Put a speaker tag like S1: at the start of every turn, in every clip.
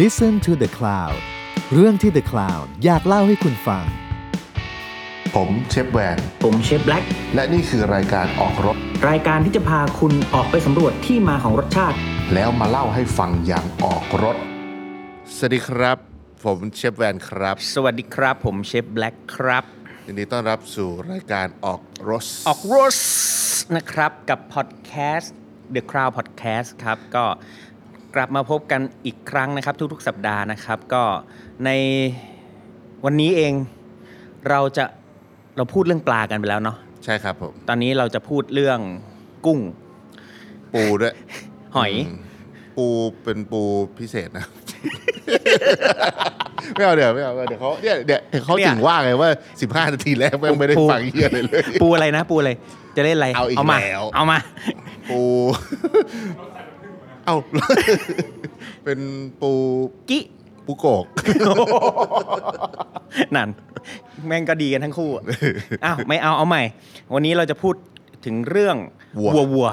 S1: Listen to the Cloud เรื่องที่ The Cloud อยากเล่าให้คุณฟัง
S2: ผมเชฟแวน
S3: ผมเชฟแบล็ก
S2: และนี่คือรายการออกรถ
S3: รายการที่จะพาคุณออกไปสำรวจที่มาของรสชาติ
S2: แล้วมาเล่าให้ฟังอย่างออกรถ สวัสดีครับ ผมเชฟแวนครับ
S3: สวัสดีครับ ผมเชฟแบล็กครับ
S2: ยินดีต้อนรับสู่รายการออกรถ
S3: ออกรสนะครับกับพอดแคสต์ The Crowd Podcast ครับก็กลับมาพบกันอีกครั้งนะครับ ทุกๆ สัปดาห์นะครับ ก็ในวันนี้เองเราจะเราพูดเรื่องปลากันไปแล้วเนาะ
S2: ใช่ครับผม
S3: ตอนนี้เราจะพูดเรื่องกุ้ง
S2: ปูด้วย
S3: หอย
S2: มปูเป็นปูพิเศษนะ ไม่เอาเดี๋ยวไม่เอาเดี๋ยวเขาเนี่ยเดี๋ยวเขา
S3: เนี่ย
S2: ถึงว่าไงว่า 15 นาทีแรกแม่งไม่ได้ฟังเฮียอะไรเลย
S3: ปูอะไรนะ ปูอะไรจะเล่นอะไร
S2: เอาอีก
S3: มา
S2: แล้ว
S3: เอามา
S2: ปู เอา เป็นปู
S3: กิ
S2: ปูโก ก
S3: นั่น แม่งก็ดีกันทั้งคู่อะ อ้าวไม่เอาเอาใหม่ วันนี้เราจะพูดถึงเรื่อง
S2: วัว
S3: วัว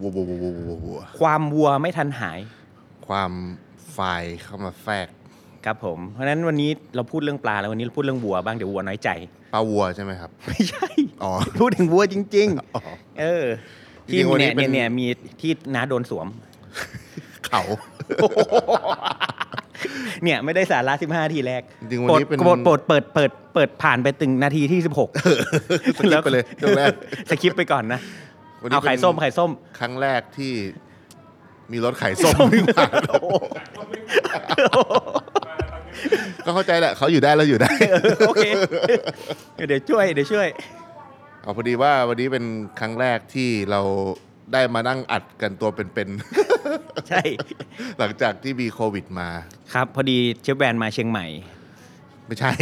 S3: วัว
S2: วัววัววัววัววัววัว
S3: ความวัวไม่ทันหาย
S2: ความไฟล์เข้ามาแทรก
S3: ครับผม เพราะฉะนั้นวันนี้เราพูดเรื่องปลาแล้ววันนี้เราพูดเรื่องวัวบ้างเดี๋ยววัวน้อยใจ
S2: ปลาวัวใช่ไหมครับ
S3: ไม่ใช่
S2: อ๋อ
S3: พูดถึงวัวจริง
S2: อ๋อ
S3: ๆ เออ
S2: จริ
S3: ที่
S2: งๆวันนี้
S3: เนี่ย
S2: เป็น
S3: เนี่ยเนี่ยมีที่น้าโดนสวม
S2: เขา
S3: เนี่ยไม่ได้สาระ15ทีแรก
S2: จริงๆวัน
S3: โปร
S2: นี้
S3: ด
S2: เป็น
S3: โปรดโปรดเปิดเปิดเปิดผ่านไปถึงนาทีที่
S2: สกิป
S3: 16
S2: ไปเลยตรงแรก
S3: สคิปไปก่อนนะ
S2: วันนี้
S3: เอาไข่
S2: เป็น
S3: ส้มไข่ส้ม
S2: ครั้งแรกที่มีรถขายส้มวิ่งผ่านก็เข้าใจแหละเขาอยู่ได้แล้วอยู่ได้
S3: โอเค เดี๋ยวช่วย เดี๋ยว ช่วย
S2: เอาพอดีว่าวันนี้เป็นครั้งแรกที่เราได้มานั่งอัดกันตัวเป็น
S3: ใช่
S2: ๆ หลังจากที่มีโควิดมา
S3: ครับ พอดีเชฟแวนมาเชียงใหม่
S2: ไม่ ใช่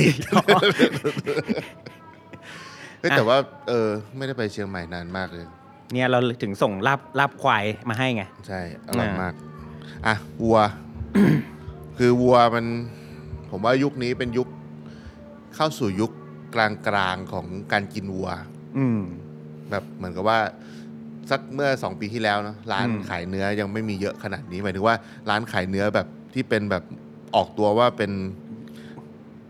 S2: เฮ้ยแต่ว่า เออ ไม่ได้ไปเชียงใหม่นานมากเลย
S3: เนี่ยเราถึงส่งลาบลาบควายมาให้ไง
S2: ใช่ อร่อย
S3: อ่าม
S2: มาก อ่ะ วัว คือวัวมัน ผมว่ายุคนี้เป็นยุค เข้าสู่ยุคกลางๆของการกินวัว
S3: อืม
S2: แบบเหมือนกับว่า สักเมื่อสองปีที่แล้วเนาะร้าน
S3: อืม
S2: ขายเนื้อยังไม่มีเยอะขนาดนี้หมายถึงว่าร้านขายเนื้อแบบที่เป็นแบบออกตัวว่าเป็น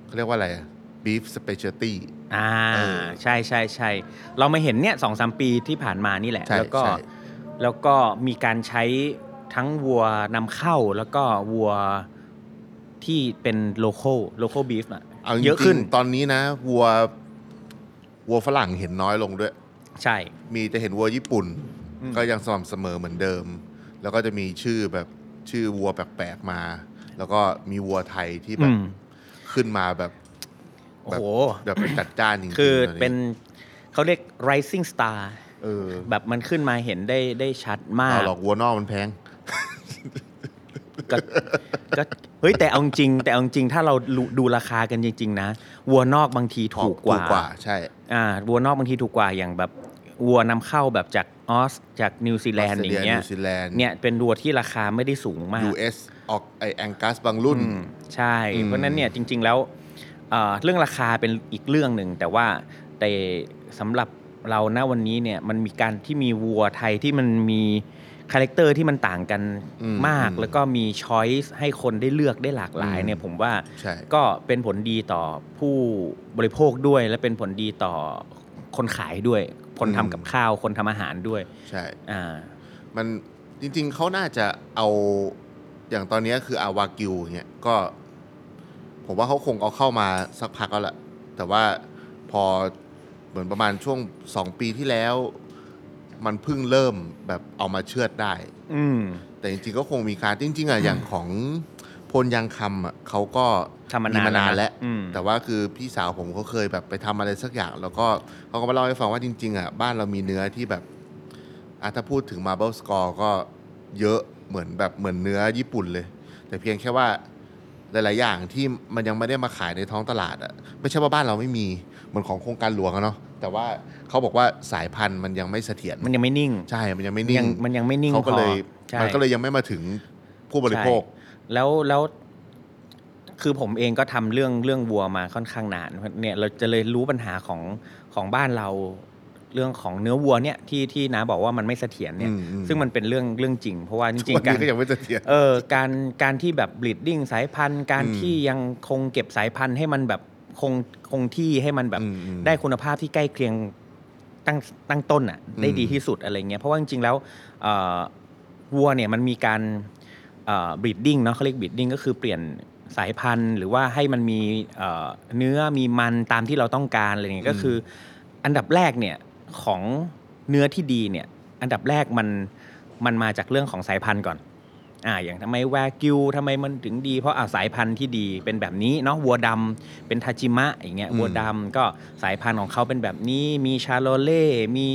S2: เขาเรียกว่าอะไรอะ beef specialty
S3: อ่า
S2: เออ
S3: ใช่ใช่ใช่เรามาเห็นเนี่ยสองสามปีที่ผ่านมานี่แหละ
S2: ใช่
S3: แล้วก็
S2: ใช่
S3: แล้วก็มีการใช้ทั้งวัวนำเข้าแล้วก็วัวที่เป็นโลโก้โลโก้บีฟอะ
S2: เอาจริงๆ
S3: เยอะขึ้น
S2: ตอนนี้นะวัววัวฝรั่งเห็นน้อยลงด้วย
S3: ใช่
S2: มีจะเห็นวัวญี่ปุ่น
S3: อืม
S2: ก็ยังสม่ำเสมอเหมือนเดิม แล้วก็จะมีชื่อแบบชื่อวัวแปลกๆมา แล้วก็มีวัวไทยที่แบ
S3: อื
S2: บ
S3: ม
S2: ขึ้นมาแบบ
S3: โอ้โห
S2: แบบจัดจ้านจริงๆ
S3: คือ
S2: ต
S3: เป็นเขาเรียก rising star
S2: เออ
S3: แบบมันขึ้นมาเห็นได้ได้ชัดมาก
S2: เอาหรอกวัวนอกมันแพง
S3: ก็ก็เฮ้ยแต่เอาจริงแต่เอาจริงถ้าเราดูดูราคากันจริง ๆ นะ วัวนอกบางทีถูกกว่า
S2: ถูกกว่าใช่
S3: อ่าวัวนอกบางทีถูกกว่าอย่างแบบวัวนำเข้าแบบจากออสจากนิวซีแลนด์อ
S2: Australia
S3: ย่างเงี้ย
S2: นิวซีแลนด์
S3: เนี่ยเป็นวัวที่ราคาไม่ได้สูงมาก
S2: US ออกไอแองกัสบางรุ่น
S3: อืมใช่
S2: อืม
S3: เพราะฉะนั้นเนี่ยจริง ๆแล้วเอ่อเรื่องราคาเป็นอีกเรื่องหนึ่งแต่ว่าแต่สำหรับเราณวันนี้เนี่ยมันมีการที่มีวัวไทยที่มันมีคาแรคเตอร์ที่มันต่างกันมาก แล้วก็มีช้อยส์ให้คนได้เลือกได้หลากหลายเนี่ยผมว่า
S2: ใช่
S3: ก็เป็นผลดีต่อผู้บริโภคด้วย และเป็นผลดีต่อคนขายด้วย คนทำกับข้าวคนทำอาหารด้วย
S2: ใช่
S3: อ่า
S2: มันจริงๆเขาน่าจะเอาอย่างตอนเนี้ยคืออาวากิวเงี้ยก็ ผมว่าเขาคงเอาเข้ามาสักพักแล้วละแต่ว่าพอเหมือนประมาณช่วงสองปีที่แล้ว มันเพิ่งเริ่มแบบเอามาเชือดได้
S3: อืม
S2: แต่จริงๆก็คงมีการจริงๆอะอย่างของพลยังคำอะเขาก็
S3: ทำมานาน
S2: นานแล้ว
S3: อืม
S2: แต่ว่าคือพี่สาวผมเขาเคยแบบไปทำอะไรสักอย่าง แล้วก็เขาก็มาเล่าให้ฟังว่าจริง ๆ อ่ะ บ้านเรามีเนื้อที่แบบอะถ้าพูดถึง Marble Score ก็เยอะเหมือนแบบเหมือนเนื้อญี่ปุ่นเลย แต่เพียงแค่ว่าหลาย ๆ อย่างที่มันยังไม่ได้มาขายในท้องตลาดอ่ะไม่ใช่ว่าบ้านเราไม่มีเหมือนของโครงการหลวงอะเนาะแต่ว่าเขาบอกว่าสายพันธุ์มันยังไม่เสถียร
S3: มันยังไม่นิ่ง
S2: ใช่ มันยังไม่นิ่
S3: ยังงมันยังไม่นิ่ง
S2: เขาก็เลย
S3: พอใช่
S2: มันก็เลยยังไม่มาถึงผู้บริโภค
S3: แล้วแล้วคือผมเองก็ทำเรื่องเรื่องวัวมาค่อนข้างนานเนี่ยเราจะเลยรู้ปัญหาของของบ้านเรา เรื่องของเนื้อวัวเนี่ยที่ที่น้าบอกว่ามันไม่เสถียรเนี่ย
S2: อืมอืม
S3: ซึ่งมันเป็นเรื่องเรื่องจริง เพราะว่าจริง
S2: วัน
S3: ๆการ
S2: นี้ก็ยังไม่เสถียร
S3: เออการการที่แบบ bleeding สายพันธุ์ การ
S2: อืม
S3: ที่ยังคงเก็บสายพันธุ์ให้มันแบบคงคงที่ให้มันแบบ
S2: อืมอืม
S3: ได้คุณภาพที่ใกล้เคียงตั้งตั้งต้นอ่ะได้ดีที่สุดอะไรเงี้ยเพราะว่าจริงๆแล้วเอ่อวัวเนี่ยมันมีการเอ่อ breeding เนาะเขาเรียก breeding ก็คือเปลี่ยนสายพันธุ์ หรือว่าให้มันมีเอ่อเนื้อมีมันตามที่เราต้องการอะไรเงี้ยก็คือ อันดับแรกเนี่ยของเนื้อที่ดีเนี่ยอันดับแรกมันมันมาจากเรื่องของสายพันธุ์ก่อน อ่าอย่างทำไมแวกิวทำไมมันถึงดี เพราะอ่าสายพันธุ์ที่ดีเป็นแบบนี้เนาะวัวดำเป็นทาจิมะอย่างเงี้ย
S2: อืม
S3: วัวดำก็สายพันธุ์ของเขาเป็นแบบนี้ มีชาโลเล่มี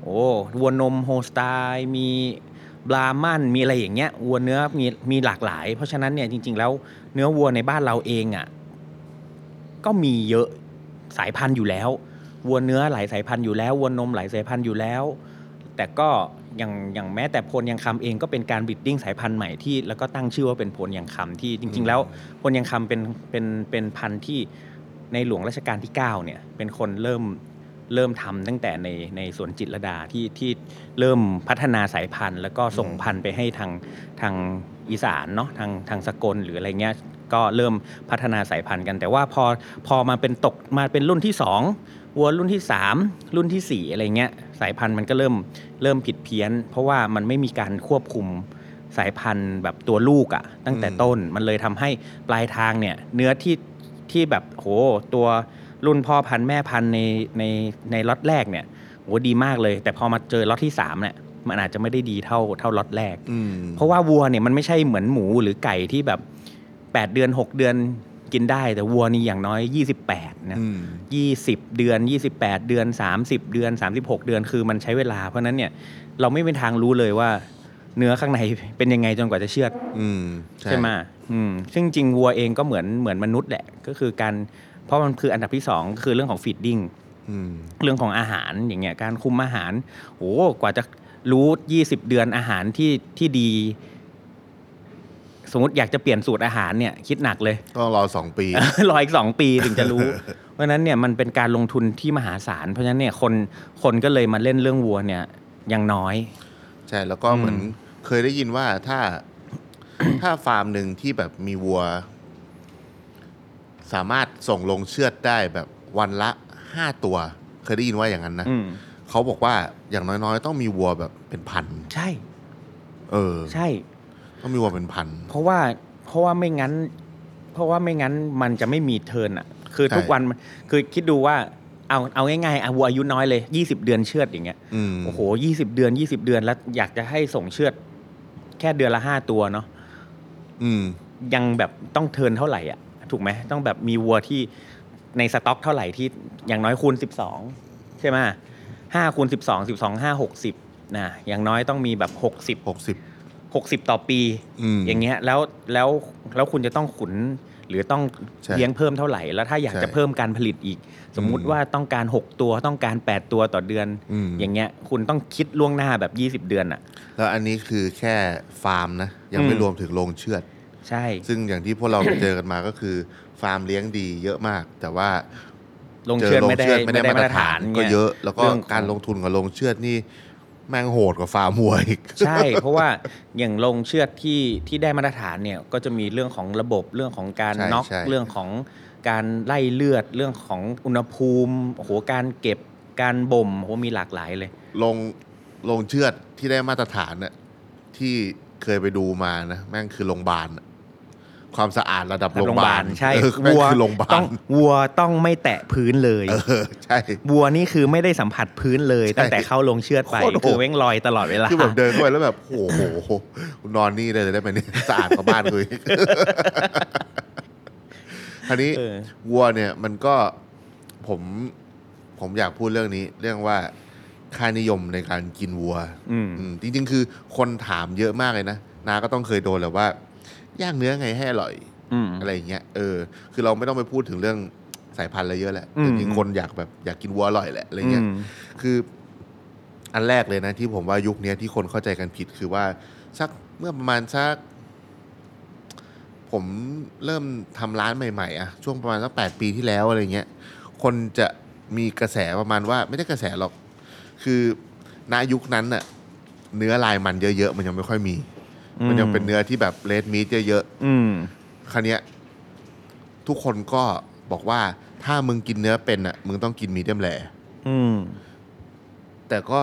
S3: โอ้วัวนมโฮสไตล์มีบรามันมีอะไรอย่างเงี้ยวัวเนื้อมีมีหลากหลาย เพราะฉะนั้นเนี่ยจริง ๆ แล้วเนื้อวัวในบ้านเราเองอ่ะ ก็มีเยอะสายพันธุ์อยู่แล้ว วัวเนื้อหลายสายพันธุ์อยู่แล้ววัวนมหลายสายพันธุ์อยู่แล้ว แต่ก็อย่างอย่างแม้แต่โพลยังคำเองก็เป็นการบิดดิ้งสายพันธุ์ใหม่ที่แล้วก็ตั้งชื่อว่าเป็นโพลยังคำที่จริง ๆ แล้วโพลยังคำเป็นเป็นเป็นพันธุ์ที่ในหลวงรัชกาลที่ 9 เนี่ยเป็นคนเริ่มเริ่มทำตั้งแต่ในในสวนจิตรลดาที่ที่เริ่มพัฒนาสายพันธุ์ แล้วก็ส่งพันธุ์ไปให้ทางทางอีสานเนาะทางทางสกลหรืออะไรเงี้ย ก็เริ่มพัฒนาสายพันธุ์กัน แต่ว่าพอพอมาเป็นตกมาเป็นรุ่นที่สองวัวรุ่นที่สามรุ่นที่สี่อะไรเงี้ยสายพันธุ์มันก็เริ่มเริ่มผิดเพี้ยน เพราะว่ามันไม่มีการควบคุมสายพันธุ์แบบตัวลูกอะ่ะตั้งแต่ต้นมันเลยทำให้ปลายทางเนี่ยเนื้อที่ที่แบบโหตัวรุ่นพ่อพันธุ์แม่พันธุ์ในในในล็อตแรกเนี่ยโหดีมากเลย แต่พอมาเจอล็อตที่สามเนี่ยมันอาจจะไม่ได้ดีเท่าเท่าล็อตแรก
S2: อืม
S3: เพราะว่าวัวเนี่ยมันไม่ใช่เหมือนหมูหรือไก่ที่แบบ 8 เดือน 6 เดือนกินได้ แต่วัวนี่อย่างน้อย 28นะ
S2: อืม
S3: 20 เดือน 28 เดือน 30 เดือน 36 เดือนคือมันใช้เวลา เพราะฉะนั้นเนี่ยเราไม่เป็นทางรู้เลยว่า เนื้อข้างในเป็นยังไงจนกว่าจะเชือด
S2: อืม
S3: ใช่ไหมอืมซึ่งจริงวัวเองก็เหมือนเหมือนมนุษย์แหละ ก็คือการเพราะมันคืออันดับที่สองคือเรื่องของฟีดดิ้ง
S2: อืม
S3: เรื่องของอาหารอย่างเงี้ยการคุมอาหารโหกว่าจะรู้ 20 เดือนอาหารที่ที่ดี สมมติอยากจะเปลี่ยนสูตรอาหารเนี่ยคิดหนักเลย
S2: ต้องรอสองปี
S3: รออีกสองปีถึงจะรู้ เพราะฉะนั้นเนี่ยมันเป็นการลงทุนที่มหาศาล เพราะฉะนั้นเนี่ยคนคนก็เลยมาเล่นเรื่องวัวเนี่ยยังน้อย
S2: ใช่ แล้วก็เหมือน
S3: อืม
S2: เคยได้ยินว่าถ้า ถ้าฟาร์มหนึ่งที่แบบมีวัว สามารถส่งลงเชือดได้แบบวันละห้าตัว เคยได้ยินว่าอย่างนั้นนะ
S3: อืม
S2: เขาบอกว่าอย่างน้อยๆ ต้องมีวัวแบบเป็นพัน
S3: ใช่
S2: เออ
S3: ใช่
S2: ต้องมีวัวเป็นพัน
S3: เพราะว่าเพราะว่าไม่งั้น เพราะว่าไม่งั้นมันจะไม่มีเทิร์นอ่ะ คือ
S2: ใช่
S3: ทุกวันมันคือคิดดูว่าเอาเอาง่ายๆอ่ะวัวอายุน้อยเลย 20 เดือนเชือดอย่างเงี้ย
S2: อืม
S3: โอ้โหยี่สิบเดือนยี่สิบเดือนแล้วอยากจะให้ส่งเชือด แค่เดือนละห้าตัวเนาะ
S2: อืม
S3: ยังแบบต้องเทิร์นเท่าไหร่อ่ะ ถูกไหมต้องแบบมีวัวที่ในสต็อกเท่าไหร่ที่อย่างน้อยคูณสิบสองใช่ไหมห้าคูณสิบสองสิบสองห้าหกสิบนะอย่างน้อยต้องมีแบบหกสิบ
S2: หกสิบ
S3: หกสิบต่อปี
S2: อืม
S3: อย่างเงี้ยแล้วแล้วแล้วคุณจะต้องขุนหรือต้อง
S2: ใช่
S3: เลี้ยงเพิ่มเท่าไหร่ แล้วถ้าอยาก
S2: ใช่
S3: จะเพิ่มการผลิตอีก สมมุติ
S2: อืม
S3: ว่าต้องการหกตัวต้องการแปดตัวต่อเดือน
S2: อืม
S3: อย่างเงี้ยคุณต้องคิดล่วงหน้าแบบยี่สิบ20 เดือนอ่ะ
S2: แล้วอันนี้คือแค่ฟาร์มนะ ยังไม่
S3: อืม
S2: รวมถึงโรงเชือด
S3: ใช่
S2: ซึ่งอย่างที่พวกเรา เจอกันมาก็คือ ฟาร์มเลี้ยงดีเยอะมาก แต่ว่า
S3: ลงเชือดไม่ได้
S2: จ
S3: ไม่ได้มาตรฐาน
S2: ก็
S3: นี่
S2: เยอะ แล้วก็
S3: รื่องของ
S2: การลงทุนกับลงเชือดนี่แม่งโหดกว่าฟาร์มวัวอีก
S3: ใช่ เพราะว่าอย่างลงเชือดที่ที่ได้มาตรฐานเนี่ยก็จะมีเรื่องของระบบเรื่องของการ
S2: ใช่
S3: น็อก
S2: ใช่
S3: เรื่องของการไล่เลือดเรื่องของอุณหภูมิโอ้โหการเก็บการบ่มโอ้โหมีหลากหลายเลย
S2: ลงลงเชือดที่ได้มาตรฐานน่ะที่เคยไปดูมานะแม่งคือโรงพยาบาลน่ะความสะอาดระดับโรงพยาบาล
S3: ใช่
S2: เออแม่งคือโรงพยาบา
S3: ต้อ
S2: ล
S3: งวัวต้องไม่แตะพื้นเลย
S2: เออใช่
S3: วัวนี่คือไม่ได้สัมผัสพื้นเลย
S2: ใช่
S3: ตั้งแต่เข้าลงเชือดไป
S2: โคตรโหด
S3: คือแม่งลอยตลอดเวลา
S2: คือแบบเดินเข้าไปแล้วแบบโอ้โหนอนนี่เลยได้ไหมเนี่ยสะอาดกว่าบ้านเลยคันนี้
S3: เออ
S2: วัวเนี่ยมันก็ผมผมอยากพูดเรื่องนี้ เรื่องว่าค่านิยมในการกินวัว
S3: อืม
S2: อืมจริง ๆ คือคนถามเยอะมากเลยนะนาก็ต้องเคยโดนแหละว่าย่างเนื้อไงให้อร่อย
S3: อืม
S2: อะไรอย่างเงี้ยเออคือเราไม่ต้องไปพูดถึงเรื่องสายพันธุ์อะไรเยอะแหละ
S3: อืม
S2: จริงๆคนอยากแบบอยากกินวัวอร่อยแหละอะไรเงี้ย
S3: อืม
S2: คืออันแรกเลยนะที่ผมว่ายุคเนี้ยที่คนเข้าใจกันผิดคือว่าสักเมื่อประมาณสัก ผมเริ่มทำร้านใหม่ๆอะช่วงประมาณสักแปดปีที่แล้วอะไรเงี้ย คนจะมีกระแสประมาณว่า ไม่ได้กระแสหรอก คือณยุคนั้นน่ะเนื้อลายมันเยอะๆ มันยังไม่ค่อยมี
S3: อืม
S2: มันยังเป็นเนื้อที่แบบเลดมีดเยอะ
S3: อืม
S2: ๆคันเนี้ยทุกคนก็บอกว่าถ้ามึงกินเนื้อเป็นอ่ะมึงต้องกินมีเดียมแล
S3: อืม
S2: แต่ก็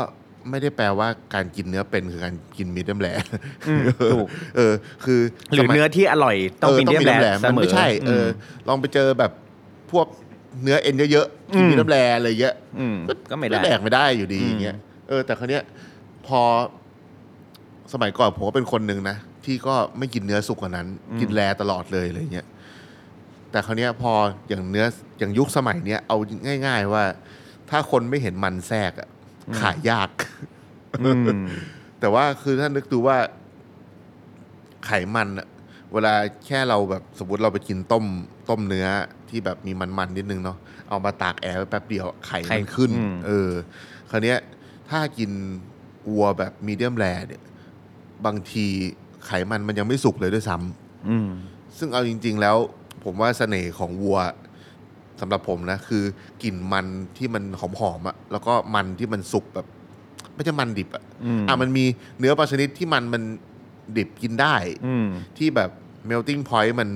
S2: ไม่ได้แปลว่าการกินเนื้อเป็นคือการกินมีเดียมแล
S3: อืมถูก
S2: เออ คือ
S3: หรือ
S2: สมัย
S3: เนื้อที่อร่อยต้องเป็นเดียม
S2: ต
S3: แล
S2: ้อง
S3: เส
S2: มัน
S3: มอ
S2: ไม่ใช่เออ
S3: ม
S2: อลองไปเจอแบบพวกเนื้อเอ็นเยอะๆกิน
S3: อืม
S2: มีน้ำแร่อะไรเยอะ
S3: อืมก็ไม่ได้
S2: แดกไม่ได้อยู่ดี
S3: อืม
S2: อย่างเงี้ยเออแต่คราวเนี้ยพอสมัยก่อนผมก็เป็นคนหนึ่งนะ ที่ก็ไม่กินเนื้อสุกกว่านั้น กินแร่ตลอดเลยอะไรเงี้ยแต่คราวเนี้ยพออย่างเนื้ออย่างยุคสมัยเนี้ยเอาง่าย ๆ ว่า ถ้าคนไม่เห็นมันแทรกอะขายยาก
S3: อืม
S2: แต่ว่าคือถ้านึกดูว่าไขมันอะเวลาแค่เราแบบสมมติเราไปกินต้มต้มเนื้อที่แบบมีมันๆนิดนึงเนาะเอามาตากแอร์ไว้แป๊บเดียว ไข
S3: ไข่
S2: มันขึ้น
S3: อืม
S2: เออ คราวเนี้ย ถ้ากินวัวแบบมีเดียมแรเนี่ยบางทีไขมันมันยังไม่สุกเลยด้วยซ้ำ
S3: อืม
S2: ซึ่งเอาจริง ๆ แล้ว ผมว่าเสน่ห์ของวัวสำหรับผมนะ คือกลิ่นมันที่มันหอมๆอะแล้วก็มันที่มันสุกแบบ ไม่ใช่มันดิบอะ
S3: อืม
S2: อ่ะมันมีเนื้อบางชนิดที่มันมันดิบกินได้
S3: อืม
S2: ที่แบบ melting point มัน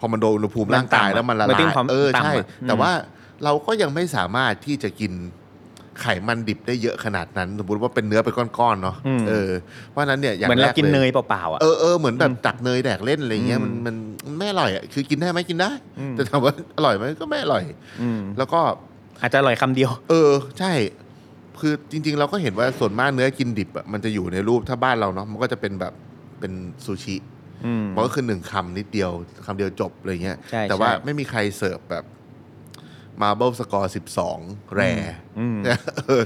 S2: พอมันโดนอุณหภูมิร่างกาย
S3: มันต่ำอะ
S2: แล้วมันละลาย
S3: melting point
S2: เออ
S3: ต่ำอะ
S2: ใช่
S3: อืม
S2: แต่ว่าเราก็ยังไม่สามารถที่จะกินไขมันดิบได้เยอะขนาดนั้น สมมติว่าเป็นเนื้อเป็นก้อนๆเนาะเออเพราะฉะนั้นเนี่ยอย่าง
S3: เหมือน
S2: แรก
S3: เรากิน
S2: ลย
S3: เนยเปล่าๆอ่ะ
S2: เออเออเหมือนแบบ
S3: อืม
S2: ตักเนยแดกเล่นอะไรเงี้ย
S3: อื
S2: มัน
S3: ม
S2: มันมันไม่อร่อยอ่ะคือกินได้ไหมกินได้
S3: อืม
S2: แต่ถามว่า อร่อยไหมก็ไม่อร่อย
S3: ม
S2: แล้วก็
S3: อาจจะอร่อยคำเดียว
S2: เออ ใช่ คือจริง ๆ เราก็เห็นว่าส่วนมากเนื้อกินดิบอ่ะมันจะอยู่ในรูปถ้าบ้านเราเนาะมันก็จะเป็นแบบเป็นซูชิ
S3: อืม
S2: มันก็คือหนึ่งคำนิดเดียวคำเดียวจบอะไรเงี้ย
S3: ใช่
S2: แต่ว่า
S3: ใช่
S2: ไม่มีใครเสิร์ฟแบบมาเบิลสกอร์สิบสองแร
S3: อืม
S2: เนี่ยเออ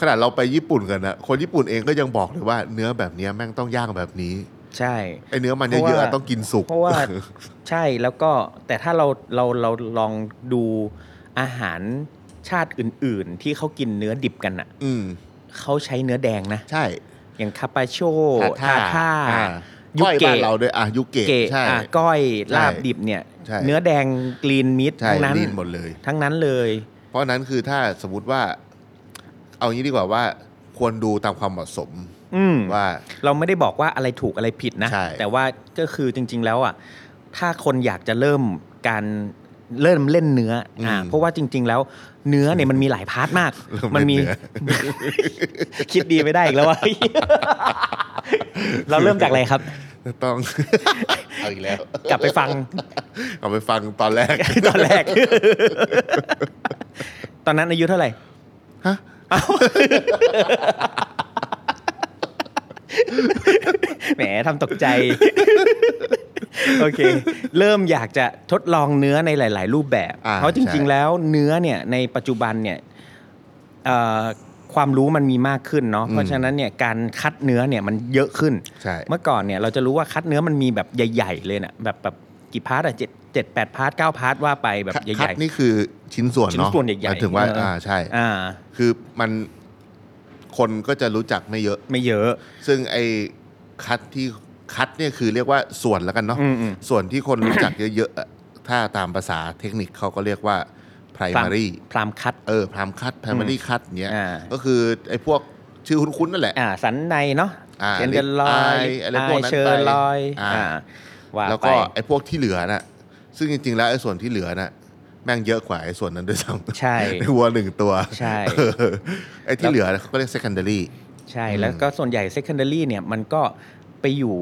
S2: ขนาดเราไปญี่ปุ่นกันนะคนญี่ปุ่นเองก็ยังบอกเลยว่าเนื้อแบบเนี้ยแม่งต้องย่างแบบนี้
S3: ใช่
S2: ไอเนื้อมัน
S3: เพ
S2: เย
S3: ราะ
S2: อะ
S3: ว่า
S2: ๆต้องกินสุก
S3: เพราะว่า ใช่แล้วก็แต่ถ้าเราเราเราลองดูอาหารชาติอื่น ๆ ที่เขากินเนื้อดิบกันอ่ะ
S2: อืม
S3: เขาใช้เนื้อแดงนะ
S2: ใช่
S3: อย่างคาปาโช
S2: ทาท่า
S3: ทาท่า
S2: อ่า
S3: ยุ
S2: ก้อย
S3: เกะ
S2: บ้านเราด้วยอ่ะยุเกะ
S3: เกะ
S2: ใช่
S3: อ่ะก้อย
S2: ใช่
S3: ลาบดิบเนี่ย
S2: ใช่
S3: เนื้อแดงกรีนมิต
S2: ใช่
S3: ทั้งนั้น
S2: ลีนหมดเลย
S3: ทั้งนั้นเลย
S2: เพราะฉะนั้นคือถ้าสมมติว่า เอางี้ดีกว่าว่า ควรดูตามความเหมาะสม
S3: อืม
S2: ว่า
S3: เราไม่ได้บอกว่าอะไรถูกอะไรผิดนะ
S2: ใช่
S3: แต่ว่าก็คือจริง ๆ แล้วอ่ะถ้าคนอยากจะเริ่มการเริ่มเล่นเนื้อออ่าเพราะว่าจริง ๆ แล้วเนื้อเนี่ยมันมีหลายพาร์ท มาก มันมี คิดดีไม่ได้อีกแล้วว่า เราเริ่มจากอะไรครับ
S2: ต้อง เอาอีกแล้ว
S3: กลับไปฟัง
S2: เอาไปฟังตอนแรก
S3: ตอนแรก ตอนนั้นอายุเท่าไหร่
S2: ฮะ
S3: เอ้าแหมทำตกใจ โอเค เริ่มอยากจะทดลองเนื้อในหลาย ๆ รูปแบบ
S2: อ่า
S3: เพราะจ
S2: ใช่
S3: ริง ๆ แล้วเนื้อเนี่ยในปัจจุบันเนี่ยเอ่อความรู้มันมีมากขึ้นเนาะ เพราะฉะนั้นเนี่ยการคัดเนื้อเนี่ยมันเยอะขึ้น
S2: ใช่
S3: เมื่อก่อนเนี่ยเราจะรู้ว่าคัดเนื้อมันมีแบบใหญ่ ๆ เลยน่ะแบบแบบกี่พาร์ทอะเจ็ดเจ็ดแปดพาร์ทเก้าพาร์ทว่าไปแบบให
S2: คัด
S3: ญ่
S2: นี่คือชิ้นส่วน
S3: ชิ้น
S2: เนาะ
S3: ส่วนใหญ่ๆ
S2: หมายถึงว่า
S3: เอออ่
S2: อ่าใช่
S3: ๆอ่า
S2: คือมันคนก็จะรู้จักไม่เยอะ
S3: ไม่เยอะ
S2: ซึ่งไอ้คัดที่คัดเนี่ยคือเรียกว่าส่วนแล้วกันเนาะ
S3: อืมอืม
S2: ส่วนที่คนรู้จัก เยอะๆอะถ้าตามภาษาเทคนิคเขาก็เรียกว่า primary
S3: พรามคัด
S2: เออพรามคัด primary คัดเนี่ย
S3: อ่า
S2: ก็คือไอ้พวกชื่อคุ้นๆนั่นแหละ
S3: อ่าสันในเนาะ
S2: อ่า
S3: เชนเดลลอย
S2: ลิปอายอะไรพวกนั้น
S3: เชอร์ลอย
S2: ไปอ่า
S3: อ่าว่า
S2: แล้ว
S3: ไป
S2: ก็ไอ้พวกที่เหลือน่ะ ซึ่งจริงๆ แล้วไอ้ส่วนที่เหลือน่ะแม่งเยอะกว่าไอ้ส่วนนั้นด้วยซ้ำ
S3: ใช่
S2: ในวัวหนึ่งตัว
S3: ใช่
S2: เออ ไอ้ที่เหลือเขาก็เรียก secondary
S3: ใช่แล้วก็ส่วนใหญ่ secondary เนี่ยมันก็ไปอยู่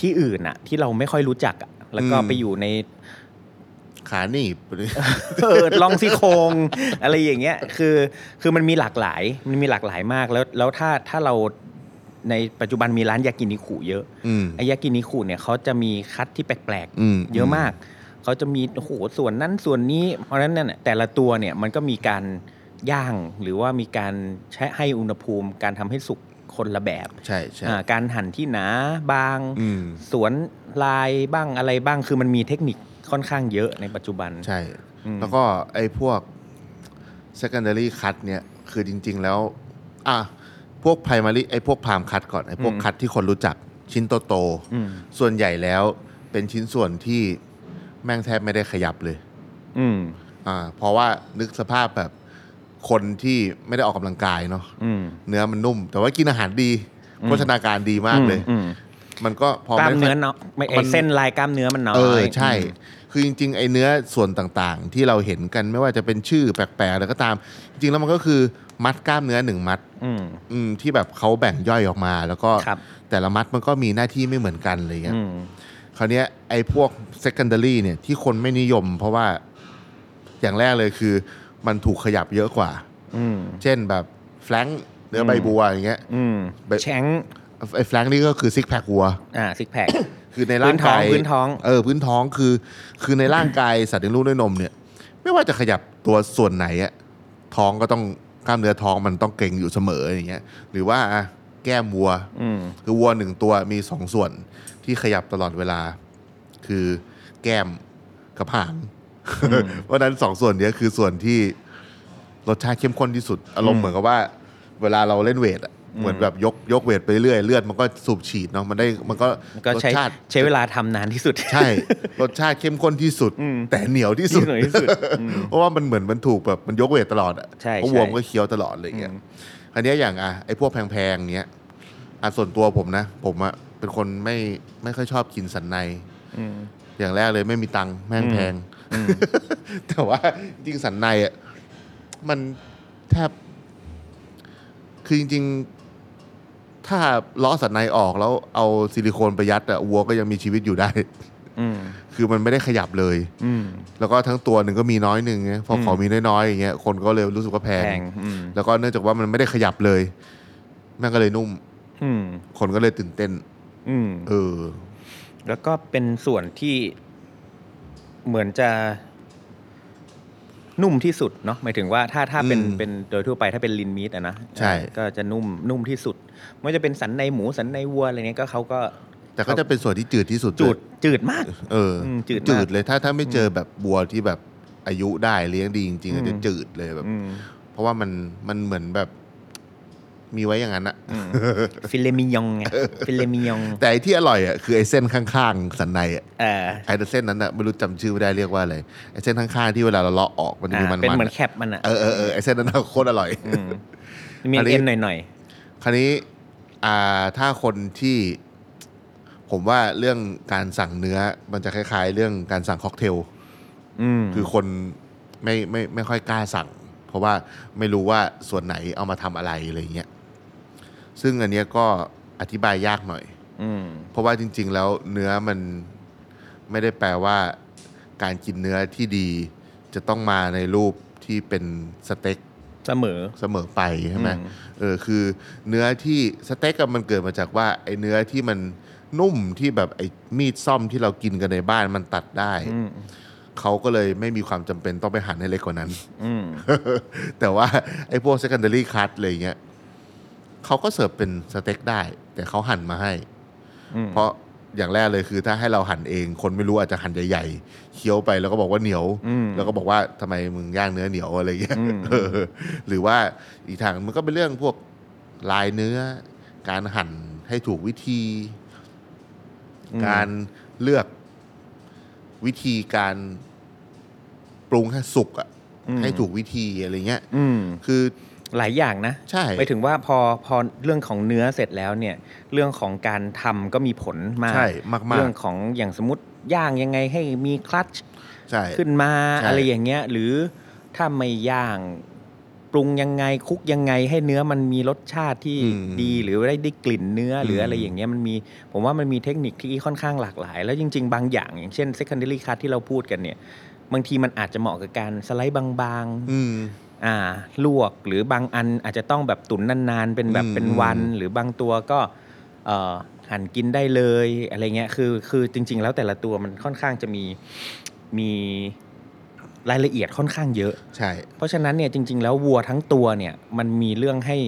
S3: ที่อื่นอะที่เราไม่ค่อยรู้จักอะแล้วก็
S2: อืม
S3: ไปอยู่ใน
S2: ขาหนีบ
S3: เออลองซี่โครงอะไรอย่างเงี้ยคือคือมันมีหลากหลายมันมีหลากหลายมากแล้วแล้วถ้าถ้าเราในปัจจุบันมีร้านยากินิคุเยอะ
S2: อืม
S3: ไอ้ยากินิคุเนี่ยเขาจะมีคัดที่แปลก
S2: อืม
S3: เยอะมากเขาจะมีโอ้โหส่วนนั้นส่วนนี้เพราะฉะนั้นเนี่ยแต่ละตัวเนี่ยมันก็มีการย่างหรือว่ามีการใช้ให้อุณหภูมิ การทำให้สุกคนละแบบ
S2: ใช่ใช่
S3: อ่าการหั่นที่หนาบาง
S2: อืม
S3: สวนลายบ้างอะไรบ้างคือมันมีเทคนิคค่อนข้างเยอะในปัจจุบัน
S2: ใช่
S3: อืม
S2: แล้วก็ไอ้พวก secondary cut เนี่ย คือจริง ๆ แล้ว อ่ะ พวก primary ไอ้พวกพามคัดก่อน ไอ้พวกคัดที่คนรู้จักชิ้นโต
S3: อืม
S2: ๆ ส่วนใหญ่แล้วเป็นชิ้นส่วนที่แม่งแทบไม่ได้ขยับเลย
S3: อืม
S2: อ่า เพราะว่านึกสภาพแบบ คนที่ไม่ได้ออกกำลังกายเนาะ
S3: อืม
S2: เนื้อมันนุ่ม แต่ว่ากินอาหารดีโภชนาการดีมากเลย
S3: อืม
S2: มันก็พอก
S3: ล้าม
S2: ไค่ย
S3: เนื้อเนาะไม่ไอ้
S2: มัน
S3: เส้นลายกล้ามเนื้อมันน้อย
S2: เออใช่ คือจริง ๆ ไอ้เนื้อส่วนต่างๆ ที่เราเห็นกันไม่ว่าจะเป็นชื่อแปลกๆอะไรก็ตาม จริงๆแล้วมันก็คือมัดกล้ามเนื้อหนึ่งมัด
S3: อืม
S2: อืมที่แบบเขาแบ่งย่อยออกมา แล้วก็
S3: ครับ
S2: แต่ละมัดมันก็มีหน้าที่ไม่เหมือนกันอะไรเงี้ย
S3: อืม
S2: คราวเนี้ยไอ้พวก secondary เนี่ยที่คนไม่นิยม เพราะว่าอย่างแรกเลยคือ มันถูกขยับเยอะกว่า
S3: อืม
S2: เช่นแบบแฟลงก์เนื้อใบบัวอย่างเงี้ย
S3: อืม
S2: แบบ
S3: แชงค์
S2: ไอ้แฟลงก์นี่ก็คือซิกแพควัว
S3: อ่าซิกแพค
S2: คือในร่างกาย
S3: พื้นท้องพื้นท้อง
S2: เออพื้นท้องคือ คือในร่างกาย สัตว์เลี้ยงลูกด้วยนมเนี่ย ไม่ว่าจะขยับตัวส่วนไหนอะท้องก็ต้องกล้ามเนื้อท้องมันต้องเกร็งอยู่เสมออย่างเงี้ย หรือว่าอะแก้มวัว
S3: อืม
S2: คือวัวหนึ่งตัวมีสองส่วนที่ขยับตลอดเวลา คือแก้มกับหาง เพราะฉะนั้นสองส่วนเนี้ยคือส่วนที่รสชาติเข้มข้นที่สุดอารมณ์เหมือนกับว่า เวลาเราเล่นเวทอะเหมือนแบบยกยกเวทไปเรื่อยเลือดมันก็สูบฉีดเนาะมันได้มันก็
S3: ก็
S2: รส
S3: ใช้
S2: ชาติ
S3: ใช้เวลาทำนานที่สุด
S2: ใช่ รสชาติเข้มข้นที่สุด
S3: อืม
S2: แต่เหนียวที่สุด
S3: ที่หน่อยที่สุดอืม
S2: เพราะว่ามันเหมือนมันถูกแบบมันยกเวทตลอดอ่ะ
S3: ใช่
S2: เพราะวัวม
S3: ใช่
S2: นก็เคี้ยวตลอดอะไรอย่างเงี้ย
S3: อืม
S2: อันนี้ยอย่างอ่ะไอ้พวกแพงๆเนี้ยอ่ะส่วนตัวผมนะ ผมอ่ะเป็นคนไม่ไม่ค่อยชอบกินสันใน
S3: อืม
S2: อย่างแรกเลยไม่มีตังค์แม่งแพง
S3: อืม
S2: แต่ว่าจริงๆสันในอ่ะมันแทบ คือจริงๆ ถ้าล้อสันในออกแล้วเอาซิลิโคนไปยัดอ่ะวัวก็ยังมีชีวิตอยู่ได้
S3: อืม
S2: คือมันไม่ได้ขยับเลย
S3: อืม
S2: แล้วก็ทั้งตัวหนึ่งก็มีน้อยหนึ่งไงพออ
S3: ม
S2: ของมีน้อยๆอย่างเงี้ยคนก็เลยรู้สึกว่าแพง
S3: แพงอืม
S2: แล้วก็เนื่องจากว่ามันไม่ได้ขยับเลย แม่งก็เลยนุ่ม
S3: อืม
S2: คนก็เลยตื่นเต้น
S3: อืม
S2: เออ
S3: แล้วก็เป็นส่วนที่เหมือนจะนุ่มที่สุดเนาะหมายถึงว่าถ้าถ้าเป็น
S2: อืม
S3: เป็นโดยทั่วไปถ้าเป็นลินมีดอะนะ
S2: ใช่
S3: เออก็จะนุ่มนุ่มที่สุดไม่ว่าจะเป็นสันในหมูสันในวัวอะไรเนี้ยก็เขาก็
S2: แต่ก็จะเป็นส่วนที่จืดที่สุด
S3: จืดจืดมาก
S2: เอออ
S3: มจืดมาก
S2: จืดเลยถ้าถ้าไม่เจอแบบบัวที่แบบอายุได้เลี้ยงดีจริงๆ
S3: อืม
S2: อาจจะจืดเลยแบบ
S3: อืม
S2: เพราะว่ามันมันเหมือนแบบมีไว้อย่างนั้นอะ
S3: ฟิเลมิยองไงฟิเลมิยอง
S2: แต่ไอ้ที่อร่อยอะคือไอ้เส้นข้างๆ สันในอะ
S3: เออ
S2: ไอ้เส้นนั้นอะไม่รู้จำชื่อไม่ได้เรียกว่าอะไรไอ้เส้นข้างๆที่เวลาเราเลาะออกมันจะมีมัน
S3: อ่าเป็น
S2: ๆ
S3: เหมือน
S2: อะ
S3: แคปมันอะ
S2: เออเออเออไอ้เส้นนั้น อะโคตรอร่อย
S3: มมี
S2: อันนี้
S3: เอ็นหน่อย
S2: คราวนี้อ่าถ้าคนที่ผมว่าเรื่องการสั่งเนื้อมันจะคล้ายๆ เรื่องการสั่งค็อกเทล
S3: ๆอืม
S2: คือคนไม่ไม่ไม่ค่อยกล้าสั่ง เพราะว่าไม่รู้ว่าส่วนไหนเอามาทำอะไรอะไรอย่างเงี้ยซึ่งอันเนี้ยก็อธิบายยากหน่อย
S3: อืม
S2: เพราะว่าจริง ๆ แล้วเนื้อมันไม่ได้แปลว่า การกินเนื้อที่ดี จะต้องมาในรูปที่เป็นสเต็ก
S3: เสมอ
S2: เสมอไปใช่ไหม
S3: อืม
S2: เออคือเนื้อที่สเต็กอะมันเกิดมาจากว่าไอ้เนื้อที่มันนุ่มที่แบบไอ้มีดซ่อมที่เรากินกันในบ้านมันตัดได้
S3: อืม
S2: เขาก็เลยไม่มีความจำเป็นต้องไปหั่นให้เล็กกว่านั้น
S3: อืม
S2: แต่ว่าไอ้พวก secondary cut อะไรเงี้ยเขาก็เสิร์ฟเป็นสเต็กได้ แต่เขาหั่นมาให้
S3: อืม
S2: เพราะอย่างแรกเลยคือถ้าให้เราหั่นเอง คนไม่รู้อาจจะหั่นใหญ่ๆเคี้ยวไปแล้วก็บอกว่าเหนียว
S3: อืม
S2: แล้วก็บอกว่าทำไมมึงย่างเนื้อเหนียวอะไรเงี้ย
S3: อืม
S2: เออหรือว่าอีกทางมันก็เป็นเรื่องพวกลายเนื้อ การหั่นให้ถูกวิธี การเลือกวิธีการปรุงให้สุกอะให้ถูกวิธีอะไรเงี้ย
S3: อืม
S2: คือ
S3: หลายอย่างนะ
S2: ใช่
S3: ไปถึงว่าพอพอเรื่องของเนื้อเสร็จแล้วเนี่ย เรื่องของการทำก็มีผลมาก
S2: ใช่มาก
S3: เรื่องของอย่างสมมติย่างยังไงให้มีคลัตช์
S2: ๆ ใช่
S3: ขึ้นมา
S2: ใช่
S3: อะไรอย่างเงี้ย หรือถ้าไม่ย่าง ปรุงยังไงคุกยังไงให้เนื้อมันมีรสชาติที่ดีหรือได้ได้กลิ่นเนื้ออหรืออะไรอย่างเงี้ยมันมี ผมว่ามันมีเทคนิคที่ค่อนข้างหลากหลาย แล้วจริง ๆ บางอย่าง อย่างเช่น secondary cut ที่เราพูดกันเนี่ย บางทีมันอาจจะเหมาะกับการสไลด์บางๆ
S2: อืม
S3: อ่าลวกหรือบางอันอาจจะต้องแบบตุ๋นนานๆ เป็นแบบ
S2: อืม
S3: เป็นวัน
S2: อืม
S3: หรือบางตัวก็เอ่อหั่นกินได้เลยอะไรเงี้ยคือคือจริง ๆ แล้วแต่ละตัวมันค่อนข้างจะมีมีรายละเอียดค่อนข้างเยอะ
S2: ใช่
S3: เพราะฉะนั้นเนี่ยจริง ๆ แล้ววัวทั้งตัวเนี่ยมันมีเรื่องให้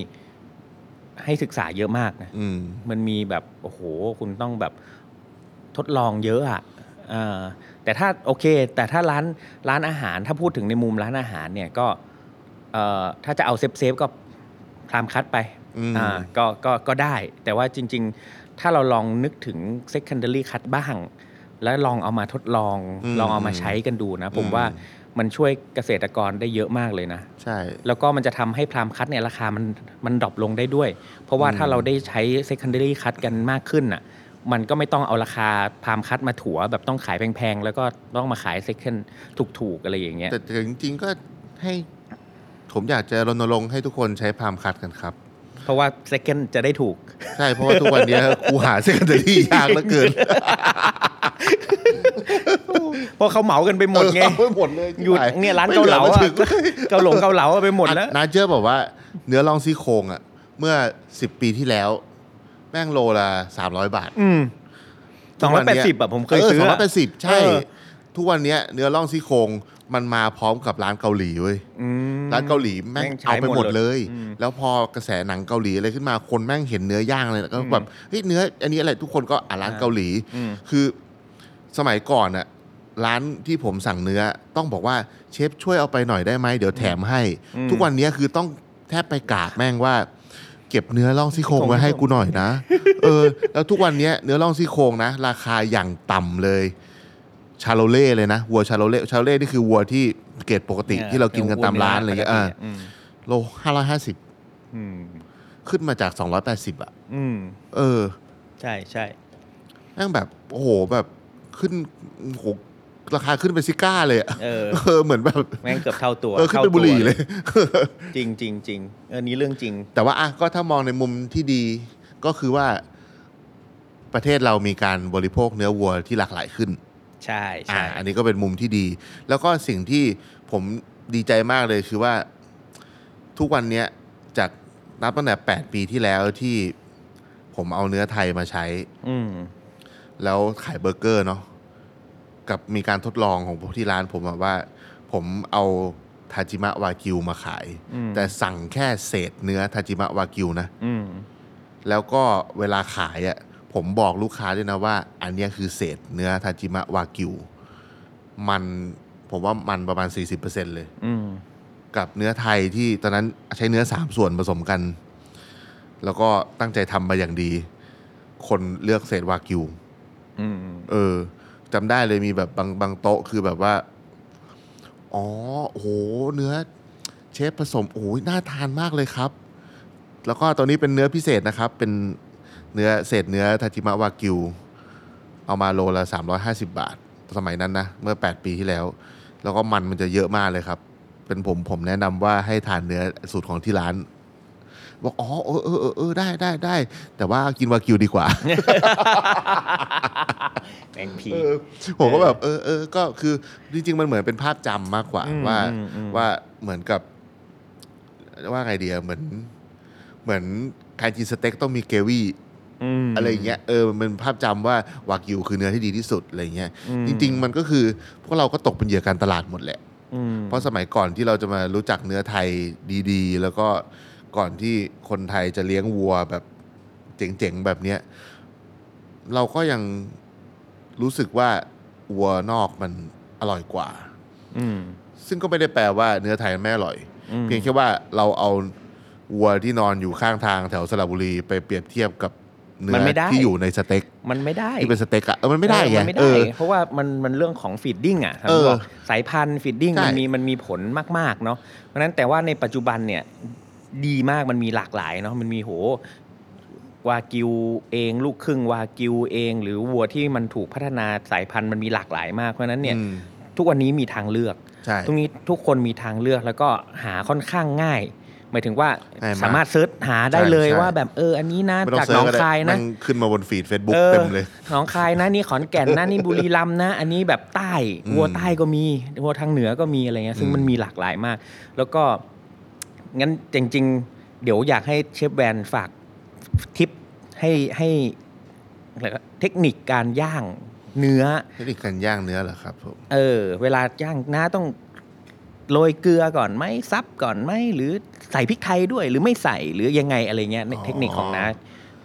S3: ให้ศึกษาเยอะมากนะ
S2: อืม
S3: มันมีแบบโอ้โหคุณต้องแบบทดลองเยอะอะเอ่ะแต่ถ้าโอเค แต่ถ้าร้านร้านอาหารถ้าพูดถึงในมุมร้านอาหารเนี่ยก็เอ่อถ้าจะเอาเซฟเซฟๆก็ตามคัดไป
S2: อืม
S3: ก็ก็ก็ได้ แต่ว่าจริง ๆ ถ้าเราลองนึกถึง secondary cut บ้าง แล้วลองเอามาทดลอง
S2: อืม
S3: ลองเอามาใช้กันดูนะ ผม
S2: อืม
S3: ว่า มันช่วยเกษตรกรได้เยอะมากเลยนะ
S2: ใช่
S3: แล้วก็มันจะทำให้พรามคัดเนี่ยราคามันมันดรอปลงได้ด้วย เพราะว่า
S2: อืม
S3: ถ้าเราได้ใช้ secondary คัดกันมากขึ้นน่ะมันก็ไม่ต้องเอาราคาพรามคัดมาถัวแบบต้องขายแพงๆ แล้วก็ต้องมาขาย second ถูกๆ อะไรอย่างเงี้ย
S2: แต่แต่จริงๆก็ให้ผมอยากจะรณรงค์ให้ทุกคนใช้พามคัดกันครับ
S3: เพราะว่า second จะได้ถูก
S2: ใช่เพราะว่าทุกวันเนี้ยกูหาเซคันเดอรี่ยากเหลือเกิน
S3: เพราะเขาเหมากันไปหมดไง
S2: เออเอาหมดเลย
S3: อยู่เนี่ยร้านเกาเหลาอะ
S2: ไม่ลือมถึง
S3: เกาหลงเกาเหลาอะไปหมดแล้ว
S2: อ่ะนาเจอร์บอกว่าเนื้อลองซี่โครงอะเมื่อสิบปีที่แล้ว แม่งโลละสามร้อยบาท
S3: อืมส
S2: ทุ
S3: อง
S2: ก
S3: ร้
S2: วั
S3: อย
S2: น
S3: แป
S2: เนี้
S3: ด
S2: ย
S3: สิบอะผมเคยซื้อ
S2: สองร้อ
S3: อะ
S2: ยแปดสิบใช่
S3: เออ
S2: ทุกวันเนี้ยเนื้อล่องซี่โครงมันมาพร้อมกับร้านเกาหลีเว้ย
S3: อืม
S2: ร้านเกาหลีแม่
S3: แม่
S2: ง
S3: งใช้
S2: เอาไปหมดเลย
S3: หมดเลยอืม
S2: แล้วพอกระแสหนังเกาหลีอะไรขึ้นมาคนแม่งเห็นเนื้อย่างเลยก็แบบเฮ้ยเนื้ออันนี้อะไรทุกคนก็อ่ะร้าน
S3: อ่า
S2: เกาหลี
S3: อืม
S2: คือสมัยก่อนอะร้านที่ผมสั่งเนื้อต้องบอกว่าเชฟช่วยเอาไปหน่อยได้ไหมเดี๋ยวแถมให้
S3: อืม
S2: ทุกวันเนี้ยคือต้องแทบไปกราบแม่งว่า เก็บเนื้อล่องซี่โครงไว้ให้กูหน่อยนะ เออ แล้วทุกวันเนี้ยเนื้อล่องซี่โครงนะ ราคาอย่างต่ำเลย ชาโลเล่เลยนะวัวชาโลเล่ชาโลเล่นี่คือวัวที่เกรดปกติ
S3: ย
S2: ที่เรากินกันตามร้านอะไรเงี้ยอ่า
S3: อืม
S2: โลห้าร้อยห้าสิบ
S3: อืม
S2: ขึ้นมาจากสองร้อยแปดสิบอ่ะ
S3: อืม
S2: เออ
S3: ใช่ใช่
S2: แม่งแบบโอ้โหแบบขึ้นโอ้โหราคาขึ้นเป็นซิก้าเลยอะ
S3: เออ
S2: เออเหมือนแบบ
S3: แม่งเกือบเท่าตัว
S2: เออขึ้นเป็น
S3: ท่าตัว
S2: บุหรี่เลย
S3: จริงจริงจริงเออนี้เรื่องจริง
S2: แต่ว่าอ่ะก็ถ้ามองในมุมที่ดีก็คือว่าประเทศเรามีการบริโภคเนื้อวัวที่หลากหลายขึ้น
S3: ใช่
S2: อ่า
S3: ใช่
S2: อันนี้ก็เป็นมุมที่ดี แล้วก็สิ่งที่ผมดีใจมากเลยคือว่าทุกวันเนี้ยจากนับตั้งแต่ 8 ปีที่แล้วที่ผมเอาเนื้อไทยมาใช้
S3: อืม
S2: แล้วขายเบอร์เกอร์เนาะกับมีการทดลองของที่ร้านผมอะว่า ผมเอาทาจิมะวากิวมาขาย
S3: อืม
S2: แต่สั่งแค่เศษเนื้อทาจิมะวากิวนะ
S3: อืม
S2: แล้วก็เวลาขายอะผมบอกลูกค้าด้วยนะว่า อันเนี้ยคือเศษเนื้อทาจิมะวากิว มันผมว่ามันประมาณ 40%เลย
S3: อืม
S2: กับเนื้อไทยที่ตอนนั้นใช้เนื้อสามส่วนผสมกัน แล้วก็ตั้งใจทำมาอย่างดี คนเลือกเศษวากิว
S3: อื ม
S2: เออจำได้เลยมีแบบบางบางโต๊ะคือแบบว่า อ๋อโหเนื้อ เชฟผสมโอ้ยน่าทานมากเลยครับ แล้วก็ตอนนี้เป็นเนื้อพิเศษนะครับ เป็นเนื้อเศษเนื้อทาจิมะวากิว เอามาโลละ 350 บาท สมัยนั้นนะ เมื่อ 8 ปีที่แล้ว แล้วก็มันมันจะเยอะมากเลยครับ เป็นผมผมแนะนำว่าให้ทานเนื้อสูตรของที่ร้าน บอกอ๋อเออเออเออเออได้ได้ได้ แต่ว่ากินวากิวดีกว่า
S3: แม่งผี
S2: เออผมก็แบบเออเออก็คือจริงๆ มันเหมือนเป็นภาพจำมากกว่า
S3: อืม
S2: ว่า
S3: อืมอืม
S2: ว่าเหมือนกับว่าไงเดียเหมือน เหมือนการกินสเต็กต้องมีเกวี่
S3: ม
S2: อะไรอย่างเงี้ยเออมันเป็นภาพจำว่าวากิวคือเนื้อที่ดีที่สุดอะไรอย่างเงี้ย
S3: อืม
S2: จริง ๆ มันก็คือพวกเราก็ตกเป็นเหยื่อการตลาดหมดแหละ
S3: อืม
S2: เพราะสมัยก่อนที่เราจะมารู้จักเนื้อไทยดีๆ แล้วก็ก่อนที่คนไทยจะเลี้ยงวัวแบบเจ๋งๆ แบบเนี้ยเราก็ยังรู้สึกว่าวัวนอกมันอร่อยกว่า
S3: อืม
S2: ซึ่งก็ไม่ได้แปลว่าเนื้อไทยมันไม่อร่อย
S3: อืม
S2: เพียงแค่ว่าเราเอาวัวที่นอนอยู่ข้างทางแถวสระบุรีไปเปรียบเทียบกับเนื้อที่อยู่ในสเต็ก
S3: มันไม่ได้
S2: ที่เป็นสเต็กอะเออมันไม่ได้
S3: เออ
S2: ไง
S3: นไม่
S2: เออ
S3: ได้เพราะว่ามันมันเรื่องของฟีดดิ้งอ่ะ
S2: เออ
S3: ผมบอกสายพันธุ์ฟีดดิ้ง
S2: ใช่
S3: มันมีมันมีผลมากๆเนาะเพราะฉะนั้นแต่ว่าในปัจจุบันเนี่ยดีมากมันมีหลากหลายเนาะมันมีโห วากิวเองลูกครึ่งวากิวเอง หรือวัวที่มันถูกพัฒนาสายพันธุ์มันมีหลากหลายมากเพราะฉะนั้นเนี่ย
S2: อืม
S3: ทุกวันนี้มีทางเลือก
S2: ใช่
S3: ทุกนี้ทุกคนมีทางเลือกแล้วก็หาค่อนข้างง่าย หมายถึงว่า
S2: ง่ายมาก
S3: สามารถเซิร์ชหาได้
S2: ใช่
S3: เลย
S2: ใช่
S3: ว่าแบบเอออันนี้นะ
S2: ไม่ต้อ
S3: จา
S2: ง
S3: ก
S2: เซิ
S3: หน
S2: ร์ช
S3: อง
S2: ก็ได้
S3: คายนะ
S2: แม่งขึ้นมาบนฟีดเฟซบุ๊ก
S3: ออ
S2: เต็มเลย
S3: หนองคายนะนี่ขอนแก่นนะนี่บุรีรัมย์นะ อันนี้แบบใต้
S2: อืม
S3: วัวใต้ก็มีวัวทางเหนือก็มีอะไรเงี้ยซึ่ง
S2: อืม
S3: มันมีหลากหลายมาก แล้วก็งั้นจริง ๆ เดี๋ยวอยากให้เชฟแวนฝากทิปให้ให้อะไรวะเทคนิคการย่างเนื้อ
S2: เทคนิคการย่างเนื้อเหรอครับผม
S3: เออเวลาย่างน้าต้องโรยเกลือก่อนไหมซับก่อนไหมหรือใส่พริกไทยด้วยหรือไม่ใส่หรือยังไงอะไรเงี้ยในเทคนิคของน้า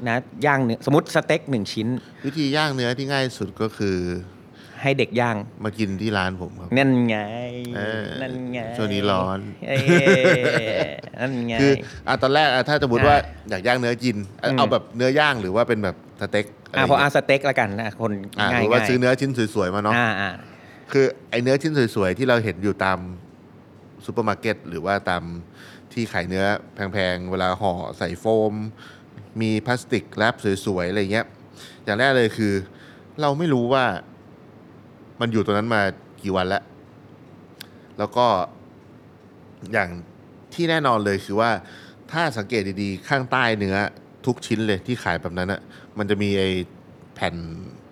S3: นะย่างเนื้อสมมติสเต็กหนึ่งชิ้น
S2: วิธีย่างเนื้อที่ง่ายสุดก็คือ
S3: ให้เด็กย่าง
S2: มากินที่ร้านผมครับ
S3: นั่นไง
S2: เออ
S3: นั่นไง
S2: ช่วงนี้ร้อน
S3: เออนั่นไง
S2: คืออ่ะตอนแรกอ่ะถ้าสมมติ
S3: อ่ะ
S2: ว่าอยากย่างเนื้อกินอ่ะ
S3: อืม
S2: เอาแบบเนื้อย่างหรือว่าเป็นแบบสเต็กอะไร
S3: อ่ะพออาสเต็กละกันนะคน
S2: อ่ะห
S3: ง่าย
S2: รือว่าซื้อเนื้อชิ้นสวยๆมาเนาะ
S3: อ่าอ่า
S2: คือไอเนื้อชิ้นสวยๆ ที่เราเห็นอยู่ตามซูเปอร์มาร์เก็ตหรือว่าตามที่ขายเนื้อแพงๆ เวลาห่อใส่โฟม มีพลาสติกแรปสวยๆ อะไรเงี้ย อย่างแรกเลยคือ เราไม่รู้ว่ามันอยู่ตรงนั้นมากี่วันแล้ว แล้วก็อย่างที่แน่นอนเลยคือว่าถ้าสังเกตดีๆ ข้างใต้เนื้อทุกชิ้นเลยที่ขายแบบนั้นอะมันจะมีไอแผ่น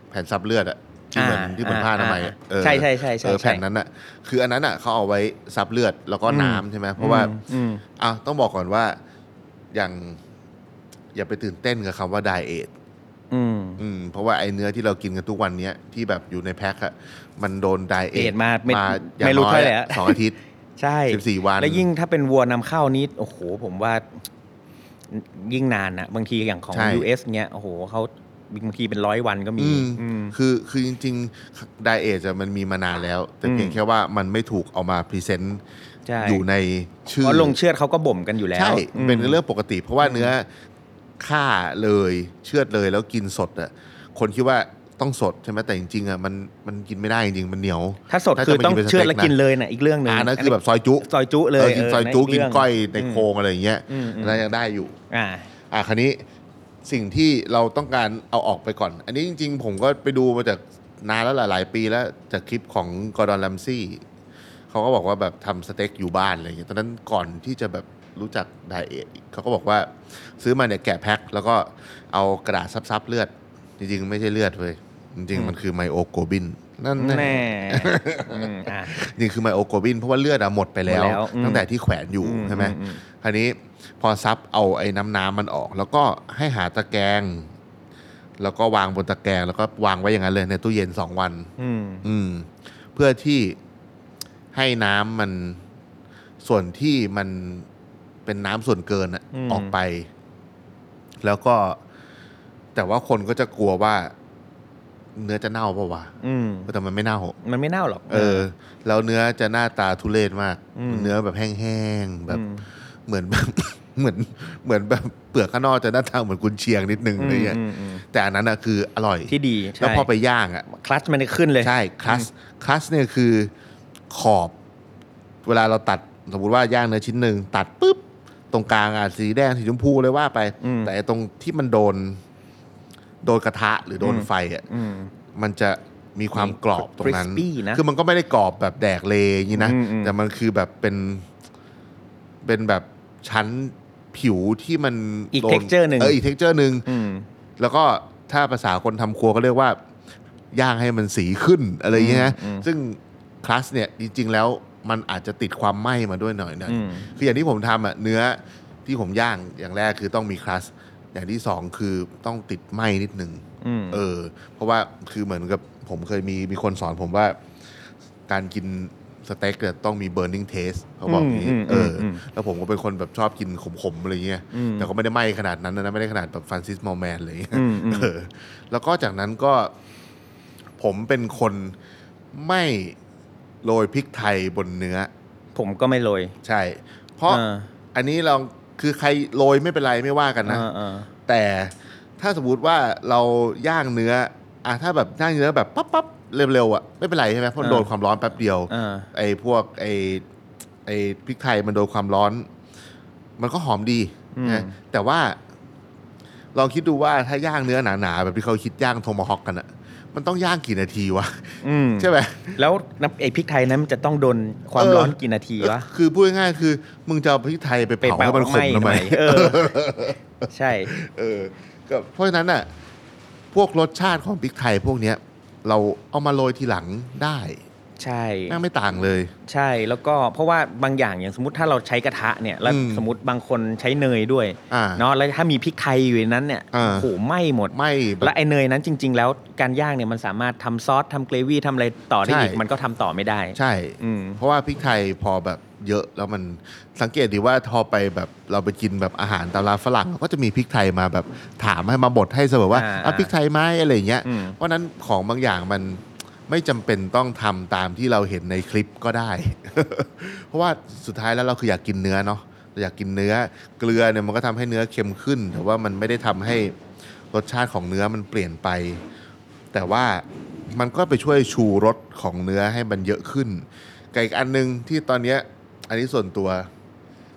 S2: แผ่นซับเลือดอะที่เหมือนที่เหมือนผ้าอนามัยอะเออ
S3: ใช่ใช่ใช่ใช่
S2: เออ
S3: ใช่
S2: แผ่นนั้นอ่ะ คืออันนั้นอ่ะเขาเอาไว้ซับเลือดแล้วก็น้ำ
S3: อืม
S2: ใช่ไหมเพราะว่า
S3: อืม
S2: อ่ะต้องบอกก่อนว่าอย่างอย่าไปตื่นเต้นกับคำว่าไดเอท
S3: อืม
S2: อืมเพราะว่าไอเนื้อที่เรากินกันทุกวันเนี้ยที่แบบอยู่ในแพ็คอะมันโดนไดเอ
S3: เอ็
S2: ท
S3: ดมาไม่
S2: มาอย่า
S3: ไม่
S2: ง
S3: รู้
S2: น้อ
S3: เท่าย ไหร่
S2: อะ
S3: อะ
S2: สองอาทิตย์
S3: ใช่
S2: 14 วัน
S3: แล้วยิ่งถ้าเป็นวัวนำเข้านี้โอ้โห ผมว่ายิ่งนานอะบางทีอย่างของ
S2: ใช่
S3: US เนี้ยโอ้โหเขาบางทีเป็นร้อยวันก็มี
S2: อืม
S3: อืม
S2: คือคือจริงๆไดเอทอะมันมีมานานแล้ว แต่เพียง
S3: อืม
S2: แค่ว่ามันไม่ถูกเอามาพรีเซนต์
S3: ใช่
S2: อยู่ในชื่อ
S3: เพราะลงเชือดเขาก็บ่มกันอยู่แล้ว
S2: ใช่
S3: อืม
S2: เป็นเรื่องปกติ เพราะว่าเนื้อฆ่าเลยเชือดเลยแล้วกินสดอ่ะคนคิดว่าต้องสดใช่ไหมแต่จริงๆอ่ะมันมันกินไม่ได้จริงๆมันเหนียว
S3: ถ้าสด
S2: ถ้า
S3: คือ
S2: จะ
S3: ต้อง
S2: ไปกินเป็น
S3: เชื่อดแล้ว
S2: สเต็กนะ
S3: กินเลยนะอีกเรื่องหนึ่ง
S2: อ่านั่นคือแบบซอยจุ
S3: ซอยจุเล
S2: อย อกินซอยจุ
S3: เ
S2: กินก้อยใน
S3: ม
S2: โครงอะไรอย่างเงี้ย
S3: อืมอืม
S2: อันนั้นยังได้อยู่
S3: อ่า
S2: อ่ะคันนี้สิ่งที่เราต้องการเอาออกไปก่อน อันนี้จริง ๆ ผมก็ไปดูมาจากนานแล้วหลายๆปีแล้วจากคลิปของกอร์ดอนแลมซี่เขาก็บอกว่าแบบทำสเต็กอยู่บ้านอะไรอย่างเงี้ยตอนนั้นก่อนที่จะแบบรู้จักไดเอทเขาก็บอกว่าซื้อมาเนี่ยแกะแพ็คแล้วก็เอากระดาษซับๆเลือด จริง ๆ ไม่ใช่เลือดเว้ยจริง
S3: อื
S2: ๆ
S3: ม
S2: มันคือไมโอโกลบินนั่นแน่
S3: แน่อืมอ่ะ
S2: จริงๆคือไมโอโกลบินเพราะว่าเลือดอะหมดไปแล้ว
S3: หมดแล้วอืม
S2: ตั้งแต่ที่แขวนอยู่ใช่ไหม
S3: อือื
S2: คราวนี้พอซับเอาไอ้น้ำน้ำมันออก แล้วก็ให้หาตะแกรงแล้วก็วางบนตะแกรงแล้วก็วางไว้อย่างนั้นเลยในตู้เย็นสองวัน
S3: อืม
S2: อืม เพื่อที่ให้น้ำมันส่วนที่มันเป็นน้ำส่วนเกินอะออกไป แล้วก็ แต่ว่าคนก็จะกลัวว่า เนื้อจะเน่าเปล่าวะ
S3: อืม
S2: แต่มันไม่เน่า
S3: มันไม่เน่าหรอก
S2: เออ แล้วเนื้อจะหน้าตาทุเรศมาก
S3: อืม
S2: เนื้อแบบแห้งๆแบบ
S3: อืม
S2: เหมือนแบบ เหมือนเหมือนแบบเปลือกข้างนอกจะหน้าตาเหมือนกุนเชียงนิดนึงอะไรเงี้ย
S3: อืมอืมอืม
S2: แต่อันนั้นอะคืออร่อย
S3: ที่ดี
S2: แล้ว
S3: ใช่
S2: พอไปย่างอะ
S3: คลัตชมันจะขึ้นเลย
S2: ใช่คลัสคลัสเนี่ยคือขอบ เวลาเราตัดสมมติว่าย่างเนื้อชิ้นหนึ่งตัดปุ๊บตรงกลางอะสีแดงสีชมพูเลยว่าไป
S3: อืม
S2: แต่ไอ้ตรงที่มันโดน โดนกระทะหรือโดนไฟอะ
S3: อืม
S2: มันจะมีความกรอบตรงนั้น
S3: crispy นะ
S2: คือมันก็ไม่ได้กรอบแบบแดกเลยอย่างนี้นะ
S3: อืมอืม
S2: แต่มันคือแบบเป็น เป็นแบบชั้นผิวที่มัน
S3: อีก
S2: โด
S3: texture หนึ่ง
S2: เอออีกเท็กเจอร์หนึ่ง
S3: อืม
S2: แล้วก็ถ้าภาษาคนทำครัวก็เรียกว่า ย่างให้มันสีขึ้นอะไรอย่างเงี้ยนะ
S3: อืมอืม
S2: ซึ่งคลาสเนี่ยจริง ๆ แล้วมันอาจจะติดความไหม้มาด้วยหน่อยหน่อย
S3: อืม
S2: คืออย่างที่ผมทำอ่ะเนื้อที่ผมย่างอย่างแรกคือต้องมีคลาสอย่างที่สองคือต้องติดไหม้นิดนึง
S3: อืม
S2: เออ เพราะว่าคือเหมือนกับผมเคยมีมีคนสอนผมว่า การกินสเต็กเนี่ยต้องมี burning taste เขาบอกอย่างนี้
S3: ม
S2: เอออ
S3: ม
S2: แล้วผมก็เป็นคนแบบชอบกินขมๆอะไรเงี้ย
S3: อืม
S2: แต่ก็ไม่ได้ไหม้ขนาดนั้นนะไม่ได้ขนาดแบบฟรานซิสมอลแมนเลย
S3: อืมอืม
S2: เออ แล้วก็จากนั้นก็ผมเป็นคนไม่โรยพริกไทยบนเนื้อ
S3: ผมก็ไม่โรย
S2: ใช่ เพราะ
S3: เออ
S2: อันนี้เราคือใครโรยไม่เป็นไรไม่ว่ากันนะ
S3: เออเออ
S2: แต่ถ้าสมมติว่าเราย่างเนื้ออ่ะถ้าแบบย่างเนื้อแบบปั๊บปั๊บเร็วๆอ่ะไม่เป็นไรใช่ไหมเพราะมันโดนความร้อนแป๊บเดียว
S3: เออ
S2: ไอ้พวกไอ้ไอ้พริกไทยมันโดนความร้อน มันก็หอมดี
S3: อืม
S2: นะแต่ว่า ลองคิดดูว่าถ้าย่างเนื้อหนาๆแบบที่เขาคิดย่างโทมาฮอกกันอะมันต้องย่างกี่นาทีวะ
S3: อืม
S2: ใช่ไหม
S3: แล้วน้ำไอ้พริกไทยนั้นมันจะต้องโดนความ
S2: เออ
S3: ร้อนกี่นาทีวะ
S2: คือพูดง่ายๆคือ มึงจะเอาพริกไทยไป
S3: ไป
S2: เผา
S3: เป่า
S2: ให้มันขมทำ
S3: ห
S2: ไม
S3: น่อยเออ ใช่
S2: เออก็เพราะฉะนั้นอ่ะ พวกรสชาติของพริกไทยพวกเนี้ย เราเอามาโรยทีหลังได้
S3: ใช่
S2: แม่งไม่ต่างเลย
S3: ใช่แล้วก็เพราะว่าบางอย่างอย่างสมมติถ้าเราใช้กระทะเนี่ยแล้ว
S2: อืม
S3: สมมติบางคนใช้เนยด้วย
S2: อ่า
S3: เนาะแล้วถ้ามีพริกไทยอยู่ในนั้นเนี่ย
S2: อ่า
S3: โอ้โหไหม้หมด
S2: ไม่แบบ
S3: และไอเนยนั้นจริง ๆ แล้วการย่างเนี่ยมันสามารถทำซอสทำเกรวี่ทำอะไรต่อได้อีก
S2: ใช่
S3: มันก็ทำต่อไม่ได้
S2: ใช่
S3: อืม
S2: เพราะว่าพริกไทยพอแบบเยอะแล้วมันสังเกตดีว่าพอไปแบบเราไปกินแบบอาหารตามร้านฝรั่งก็จะมีพริกไทยมาแบบถามให้มาบดให้เสมอว่า
S3: อ่า
S2: อ่ะพริกไทยไหมอะไรอย่างเงี้ย
S3: อืม
S2: เพราะฉะนั้นของบางอย่างมันไม่จำเป็นต้องทำตามที่เราเห็นในคลิปก็ได้ เพราะว่าสุดท้ายแล้วเราคืออยากกินเนื้อเนาะเราอยากกินเนื้อเกลือเนี่ยมันก็ทำให้เนื้อเค็มขึ้น แต่ว่ามันไม่ได้ทำให้รสชาติของเนื้อมันเปลี่ยนไป แต่ว่า มันก็ไปช่วยชูรสของเนื้อให้มันเยอะขึ้นกับอีกอันหนึงที่ตอนเนี้ยอันนี้ส่วนตัว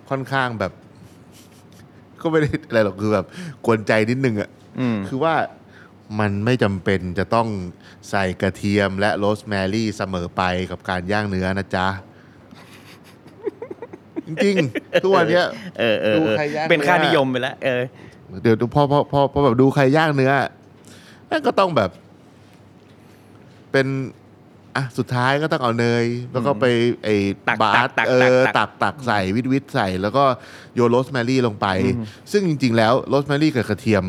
S2: ค่อนข้างแบบ ก็ไม่ได้อะไรหรอกคือแบบกวนใจนิดนึงอะ
S3: อืม
S2: คือว่ามันไม่จำเป็นจะต้องใส่กระเทียมและโรสแมรี่เสมอไปกับการย่างเนื้อนะจ๊ะ จริงๆทุกวันเนี้ย
S3: เออเออ
S2: ดู
S3: เออ
S2: ใครยาก
S3: เป็นค่า
S2: เนี่ย
S3: นิยมไปแล้วเออ
S2: เดี๋ยวดูพอพอพอพอแบบดูใครย่างเนื้อแม่งก็ต้องแบบ เป็นอ่ะสุดท้ายก็ต้องเอาเนย แล้วก็ไปไอ้
S3: ตัก
S2: บา
S3: ตัก
S2: ส
S3: ตัก
S2: เอ
S3: ตัก
S2: อ
S3: ตัก
S2: ตักตักใส่วิตวิตใส่ แล้วก็โยนโรสแมรี่ลงไป
S3: อืม
S2: ซึ่งจริง ๆ แล้วโรสแมรี่กับกระเทียม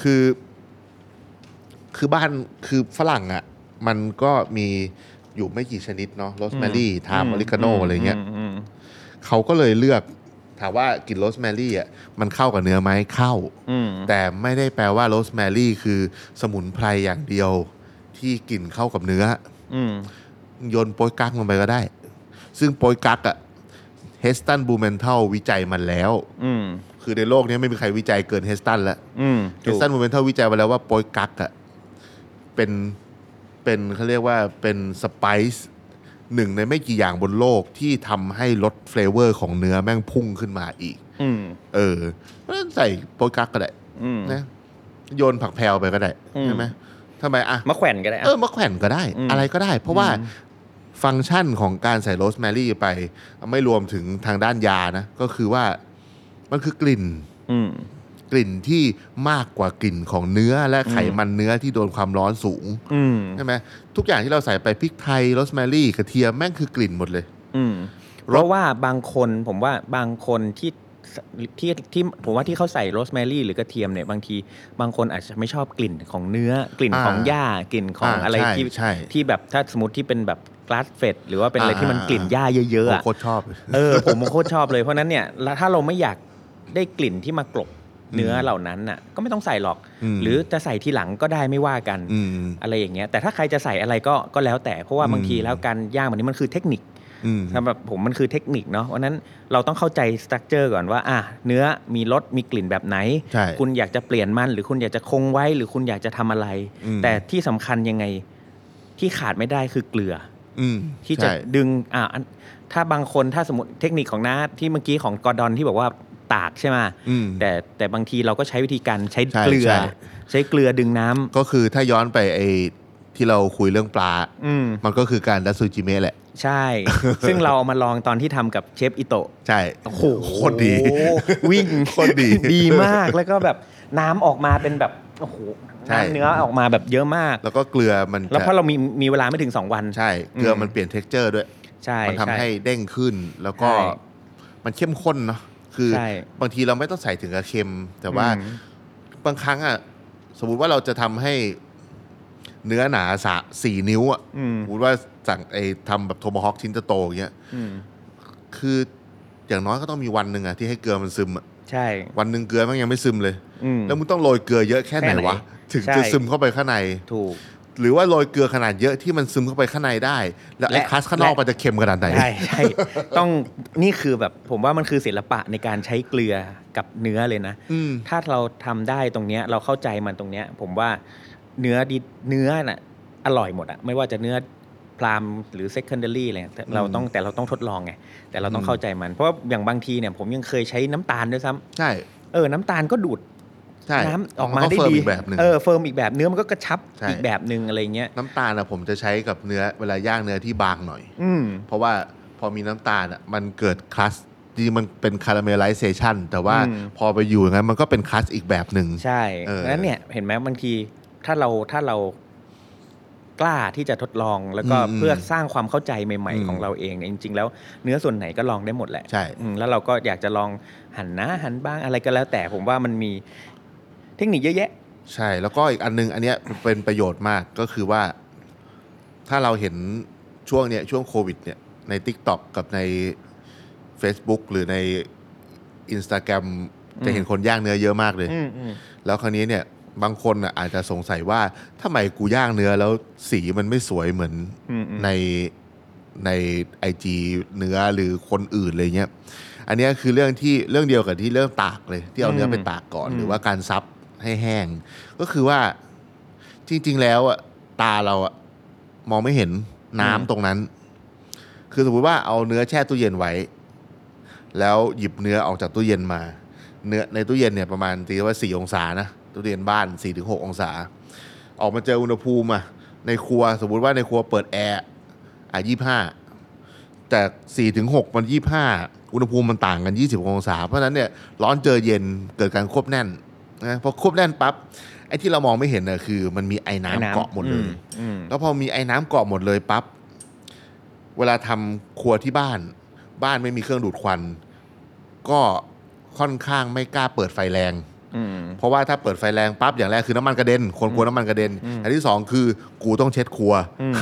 S2: คือ คือบ้านคือฝรั่งอ่ะ มันก็มีอยู่ไม่กี่ชนิดเนาะโรสแมรี่ไทม์ออริกาโนอะไรเงี้ย
S3: มอืม
S2: เขาก็เลยเลือกถามว่ากลิ่นโรสแมรี่อ่ะมันเข้ากับเนื้อไหมเข้า
S3: อืม
S2: แต่ไม่ได้แปลว่าโรสแมรี่คือสมุนไพรอย่างเดียวที่กลิ่นเข้ากับเนื้อ
S3: อืม
S2: โยนโป๊ยกั๊กลงไปก็ได้ ซึ่งโป๊ยกั๊กอะเฮสตันบูเมนเทลวิจัยมันแล้ว
S3: อืม
S2: คือในโลกนี้ไม่มีใครวิจัยเกินเฮสตันละ
S3: อืม
S2: เฮสตันบูเมนเทลวิจัยมาแล้วว่าโป๊ยกั๊กอะเป็นเป็นเขาเรียกว่าเป็นสไปซ์หนึ่งในไม่กี่อย่างบนโลกที่ทำให้รสเฟลเวอร์ของเนื้อแม่งพุ่งขึ้นมาอีก
S3: อืม
S2: เออเพราะฉะนั้นใส่โป๊ยกั๊กก็ได้
S3: อืม
S2: นะโยนผักแพลวไปก็ได้
S3: อืม
S2: ใช่ไหมทำไมอ่ะ
S3: มะแขวนก็ได้
S2: เอ
S3: อะ
S2: อมะแขวนก็ได้
S3: อืม
S2: อะไรก็ได้ เพราะว่า
S3: อืม
S2: ฟังก์ชันของการใส่โรสแมรี่ไป ไม่รวมถึงทางด้านยานะ ก็คือว่ามันคือกลิ่น
S3: อืม
S2: กลิ่นที่มากกว่ากลิ่นของเนื้อและไขมันเนื้อที่โดนความร้อนสูง
S3: อืม
S2: ใช่ไหมทุกอย่างที่เราใส่ไปพริกไทยโรสแมรี่กระเทียมแม่งคือกลิ่นหมดเลย
S3: อืมเพราะว่าบางคนผมว่าบางคนที่ที่ที่ผมว่าที่เขาใส่โรสแมรี่หรือกระเทียมเนี่ยบางทีบางคนอาจจะไม่ชอบกลิ่นของเนื้อกลิ่น
S2: อ่า
S3: ของหญ้ากลิ่นของ
S2: อ่า
S3: อะไร
S2: ใช่
S3: ที่
S2: ใช่
S3: ที่แบบถ้าสมมติที่เป็นแบบกลาสเฟดหรือว่าเป็นอะไร
S2: อ่า
S3: ที่มันกลิ่น
S2: อ่า
S3: หญ้าเยอะ
S2: ผ
S3: ๆ
S2: ม
S3: อะ
S2: โคตรชอบ
S3: เออผมโคตรชอบเลยเพราะนั้นเนี่ยแล้วถ้าเราไม่อยากได้กลิ่นที่มากลบเนื้อเหล่านั้นน่ะ ก็ไม่ต้องใส่หรอก
S2: อืม
S3: หรือจะใส่ทีหลังก็ได้ไม่ว่ากัน
S2: อืม
S3: อะไรอย่างเงี้ยแต่ถ้าใครจะใส่อะไรก็ก็แล้วแต่เพราะว่า
S2: อืม
S3: บางทีแล้วการย่างแบบนี้มันคือเทคนิค
S2: อืม
S3: สำหรับผมมันคือเทคนิคเนาะวันนั้นเราต้องเข้าใจสตรัคเจอร์ก่อนว่าอ่ะเนื้อมีรสมีกลิ่นแบบไหน
S2: ใช่
S3: คุณอยากจะเปลี่ยนมัน หรือคุณอยากจะคงไว้หรือคุณอยากจะทำอะไร
S2: อืม
S3: แต่ที่สำคัญยังไงที่ขาดไม่ได้คือเกลือ
S2: อืม
S3: ที่จะ
S2: ใช่
S3: ดึงอ่าอันถ้าบางคนถ้าสมมติเทคนิคของน้าที่เมื่อกี้ของกอร์ดอนที่บอกว่าตากใช่ไหม
S2: อืม
S3: แต่แต่บางทีเราก็ใช้วิธีการใช้
S2: ใช่
S3: เกลือ
S2: ใช่
S3: ใช้เกลือดึงน้ำ
S2: ก็คือถ้าย้อนไปไอ้ที่เราคุยเรื่องปลา
S3: อืม
S2: มันก็คือการดัตซูจิเมะแหละ
S3: ใช่ ซึ่งเราเอามาลองตอนที่ทำกับเชฟอิโตะ
S2: ใช่
S3: โอ้โห
S2: โคตรดี
S3: วิ่ง
S2: โคตรดี
S3: ดีมากแล้วก็แบบน้ำออกมาเป็นแบบโอ้โห
S2: ใช่
S3: น้ำเนื้อออกมาแบบเยอะมาก
S2: แล้วก็เกลือมัน
S3: แล้ว
S2: จะ
S3: เพราะเรามีมีเวลาไม่ถึง 2 วัน
S2: ใช่ เกลืออ
S3: ม
S2: มันเปลี่ยนเท็กเจอร์ด้วย
S3: ใช่
S2: มัทำ
S3: ช่
S2: ให้เด้งขึ้น แล้วก็
S3: ใช่
S2: มันเข้มข้นเนาะ คือ
S3: ใช่
S2: บางทีเราไม่ต้องใส่ถึงกับเค็ม แต่ว่า
S3: อืม
S2: บางครั้งอ่ะ สมมุติว่าเราจะทำให้เนื้อหนาสะสี่นิ้วอ่ะ
S3: อืม
S2: สมมติว่าสั่งไอ้ทำแบบโทมฮอคชิ้นโตๆอย่างเงี้ย
S3: อืม
S2: คืออย่างน้อยก็ต้องมีวันหนึ่งอ่ะที่ให้เกลือมันซึมอะ
S3: ใช่
S2: วันหนึ่งเกลือมันยังไม่ซึมเลย
S3: อืม
S2: แล้วมึงต้องโรยเกลือเยอะแค่ไหน
S3: แค่ไหน
S2: วะ ถึง
S3: ใช่
S2: จะซึมเข้าไปข้างใน
S3: ถูก
S2: หรือว่าโรยเกลือขนาดเยอะที่มันซึมเข้าไปข้างในได้ แล้วไอ้
S3: และ
S2: คลัสข้างนอก
S3: และ
S2: มันจะเค็มขนาดไหน
S3: ใช่ใช่ ต้องนี่คือแบบผมว่ามันคือศิลปะในการใช้เกลือกับเนื้อเลยนะ
S2: อืม
S3: ถ้าเราทำได้ตรงเนี้ยเราเข้าใจมันตรงเนี้ย ผมว่าเนื้อดีเนื้อน่ะอร่อยหมดอะไม่ว่าจะเนื้อพรามหรือ secondary อะไรเนี่ยแต่เราต้องแต่เราต้องทดลองไงแต่เราต้องเข้าใจมัน เพราะว่าอย่างบางทีเนี่ยผมยังเคยใช้น้ำตาลด้วยซ้ำ
S2: ใช่
S3: เออน้ำตาลก็ดูด
S2: ใช่
S3: น้ำออกมา
S2: ก็
S3: ได้
S2: เฟิร์
S3: ดี
S2: อีกแบบหนึ่ง
S3: เออเฟิร์มอีกแบบเนื้อมันก็กระชับ
S2: ใช่
S3: อีกแบบหนึ่งอะไรเงี้ย
S2: น้ำตาลอะผมจะใช้กับเนื้อเวลาย่างเนื้อที่บางหน่อย
S3: อืม
S2: เพราะว่าพอมีน้ำตาลอะมันเกิดคลัสที่มันเป็นคาราเมลไลเซชันแต่ว่า
S3: อืม
S2: พอไปอยู่อย่างนั้นมันก็เป็นคลัสอีกแบบหนึ่ง
S3: ใช่
S2: เออ
S3: เพราะฉะนั้นเนี่ยเห็นไหมบางทีถ้าเราถ้าเรากล้าที่จะทดลองแล้วก็
S2: อืมอืม
S3: เพื่อสร้างความเข้าใจใหม่
S2: อืม
S3: ๆ ของเราเองเนี่ยจริง ๆ แล้วเนื้อส่วนไหนก็ลองได้หมดแหละ
S2: ใช่
S3: อืมแล้วเราก็อยากจะลองหันหนะหันบ้างอะไรก็แล้ว แต่ผมว่ามันมีเทคนิคเยอะแยะ
S2: ใช่ แล้วก็อีกอันนึงอันเนี้ยเป็นประโยชน์มากก็คือว่า ถ้าเราเห็นช่วงเนี้ยช่วงโควิดเนี่ยใน TikTok กับใน Facebook หรือใน Instagram จะเห็นคนย่างเนื้อเยอะมากเลย
S3: อืมอืม
S2: แล้วคราวนี้เนี่ยบางคนน่ะอาจจะสงสัยว่าทำไมกูย่างเนื้อแล้วสีมันไม่สวยเหมือน
S3: อืมอืม
S2: ในในไอจีเนื้อหรือคนอื่นเลยเนี้ยอันเนี้ยคือเรื่องที่เรื่องเดียวกับที่เรื่องตากเลย ที่เอาเนื้อไปตากก่อน หรือว่าการซับให้แห้ง ก็คือว่าจริง ๆ แล้วอ่ะ ตาเราอะมองไม่เห็นน้ำ
S3: อืม
S2: ตรงนั้น คือสมมติว่าเอาเนื้อแช่ตู้เย็นไว้ แล้วหยิบเนื้อออกจากตู้เย็นมา เนื้อในตู้เย็นเนี่ยประมาณตีว่าสี่องศานะตู้เย็นบ้านสี่ถึงหกองศา ออกมาเจออุณหภูมิอะในครัวสมมติว่าในครัวเปิดแอร์อ่ะยี่ห้าแต่สี่ถึงหกมันยี่ห้าอุณหภูมิมันต่างกันยี่สิบองศา เพราะฉะนั้นเนี่ยร้อนเจอเย็นเกิดการควบแน่นนะพอควบแน่นปั๊บไอ้ที่เรามองไม่เห็นน่ะคือ มันมีไอ้น้ำเกาะหมดเลย
S3: อืม
S2: แล้วพอมีไอ้น้ำเกาะหมดเลยปั๊บ เวลาทำครัวที่บ้าน บ้านไม่มีเครื่องดูดควัน ก็ค่อนข้างไม่กล้าเปิดไฟแรง
S3: อืม
S2: เพราะว่าถ้าเปิดไฟแรงปั๊บอย่างแรกคือน้ำมันกระเด็น คนกลัวน้ำมันกระเด็น
S3: อืม
S2: อันที่สองคือกูต้องเช็ดครัว
S3: อืม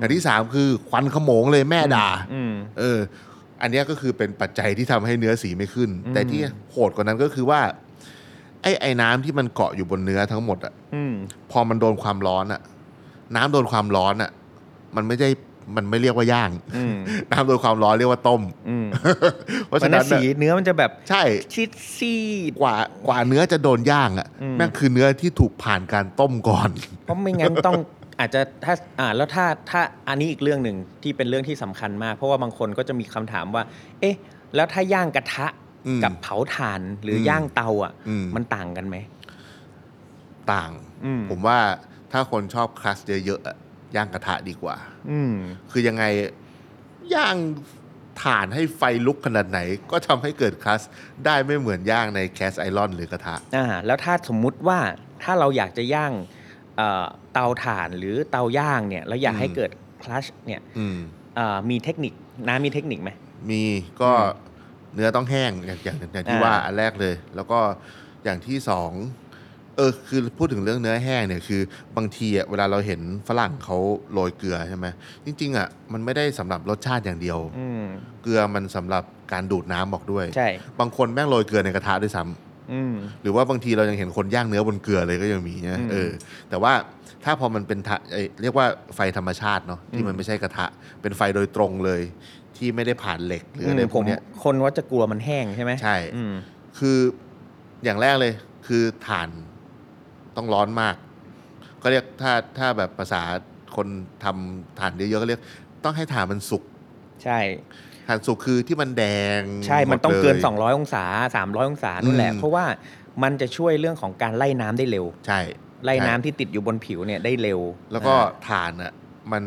S2: อันที่สามคือควันขโมงเลยแม่ด่า
S3: อืม
S2: เออ อันเนี้ยก็คือเป็นปัจจัยที่ทำให้เนื้อสีไม่ขึ้น
S3: อืม
S2: แต่ที่โหดกว่านั้นก็คือว่า ไอ้ไอ้น้ำที่มันเกาะอยู่บนเนื้อทั้งหมดอะ
S3: อืม
S2: พอมันโดนความร้อนอะน้ำโดนความร้อนอะมันไม่ได้มันไม่เรียกว่าย่าง
S3: อืม
S2: น้ำโดนความร้อนเรียกว่าต้ม
S3: อืม
S2: เพราะฉะนั้น
S3: มัสี
S2: อะ
S3: เนื้อมันจะแบบ
S2: ใช่
S3: ชิดซีด
S2: กว่ากว่าเนื้อจะโดนย่างอะ
S3: อืม
S2: แม่งคือเนื้อที่ถูกผ่านการต้มก่อน
S3: เพราะไม่งั้นต้อง อาจจะถ้าอ่าแล้วถ้าถ้าอันนี้อีกเรื่องหนึ่งที่เป็นเรื่องที่สำคัญมาก เพราะว่าบางคนก็จะมีคำถามว่า เอ๊ะ แล้วถ้าย่างกระทะ
S2: อืม
S3: กับเผาถ่านหรืออ
S2: ม
S3: ย่างเตาอ่ะ
S2: อืม
S3: มันต่างกันไหม
S2: ต่าง
S3: อืม
S2: ผมว่าถ้าคนชอบคลัสเยอะๆอะย่างกระทะดีกว่า
S3: อืม
S2: คือยังไงย่างถ่านให้ไฟลุกขนาดไหน ก็ทำให้เกิดคลัสได้ไม่เหมือนย่างในแคสไอรอนหรือกระทะ
S3: อ่าแล้วถ้าสมมุติว่าถ้าเราอยากจะย่างเอ่อเตาถ่านหรือเตาย่างเนี่ยแล้วอยากให้
S2: อืม
S3: เกิดคลัชเนี่ย
S2: อืม
S3: เอ่อมีเทคนิคน้ามีเทคนิคไหม
S2: มีก็
S3: อื
S2: เนื้อต้องแห้งอย่างอย่างอย่างที่
S3: อ่า
S2: ว่าอันแรกเลย แล้วก็อย่างที่สองเออคือพูดถึงเรื่องเนื้อแห้งเนี่ยคือบางทีอ่ะเวลาเราเห็นฝรั่งเขาโรยเกลือใช่ไหมจริง ๆอ่ะมันไม่ได้สำหรับรสชาติอย่างเดียว
S3: อืม
S2: เกลือมันสำหรับการดูดน้ำออกด้วย
S3: ใช่
S2: บางคนแม่งโรยเกลือในกระทะด้วยซ้ำ
S3: อืม
S2: หรือว่าบางทีเรายังเห็นคนย่างเนื้อบนเกลือเลยก็ยังมีนะ
S3: อืม
S2: เออแต่ว่าถ้าพอมันเป็นทะเอ่ยเรียกว่าไฟธรรมชาติเนาะที่มั
S3: อื
S2: น
S3: ม
S2: ไม่ใช่กระทะ เป็นไฟโดยตรงเลย ที่ไม่ได้ผ่านเหล็กหรืออะไร
S3: อืม
S2: พ
S3: ผ
S2: ว
S3: ม
S2: กเนี้ย
S3: คนว่าจะกลัวมันแห้งใช่ไหม
S2: ใช่
S3: อืม
S2: คืออย่างแรกเลยคือถ่านต้องร้อนมาก ก็เรียกถ้าถ้าแบบภาษาคนทำถ่านเยอะๆก็เรียก ต้องให้ถ่านมันสุก
S3: ใช่
S2: ถ่านสุกคือที่มันแดง
S3: ใช่มันต้อง
S2: หดลย
S3: เกิน 200 องศา 300 องศานู่นแหละ
S2: อืม
S3: เพราะว่ามันจะช่วยเรื่องของการไล่น้ำได้เร็ว
S2: ใช่
S3: ไล่น้ำ
S2: ใช่
S3: ที่ติดอยู่บนผิวเนี่ยได้เร็ว
S2: แล้วก็
S3: อ่า
S2: ถ่านอ่ะมัน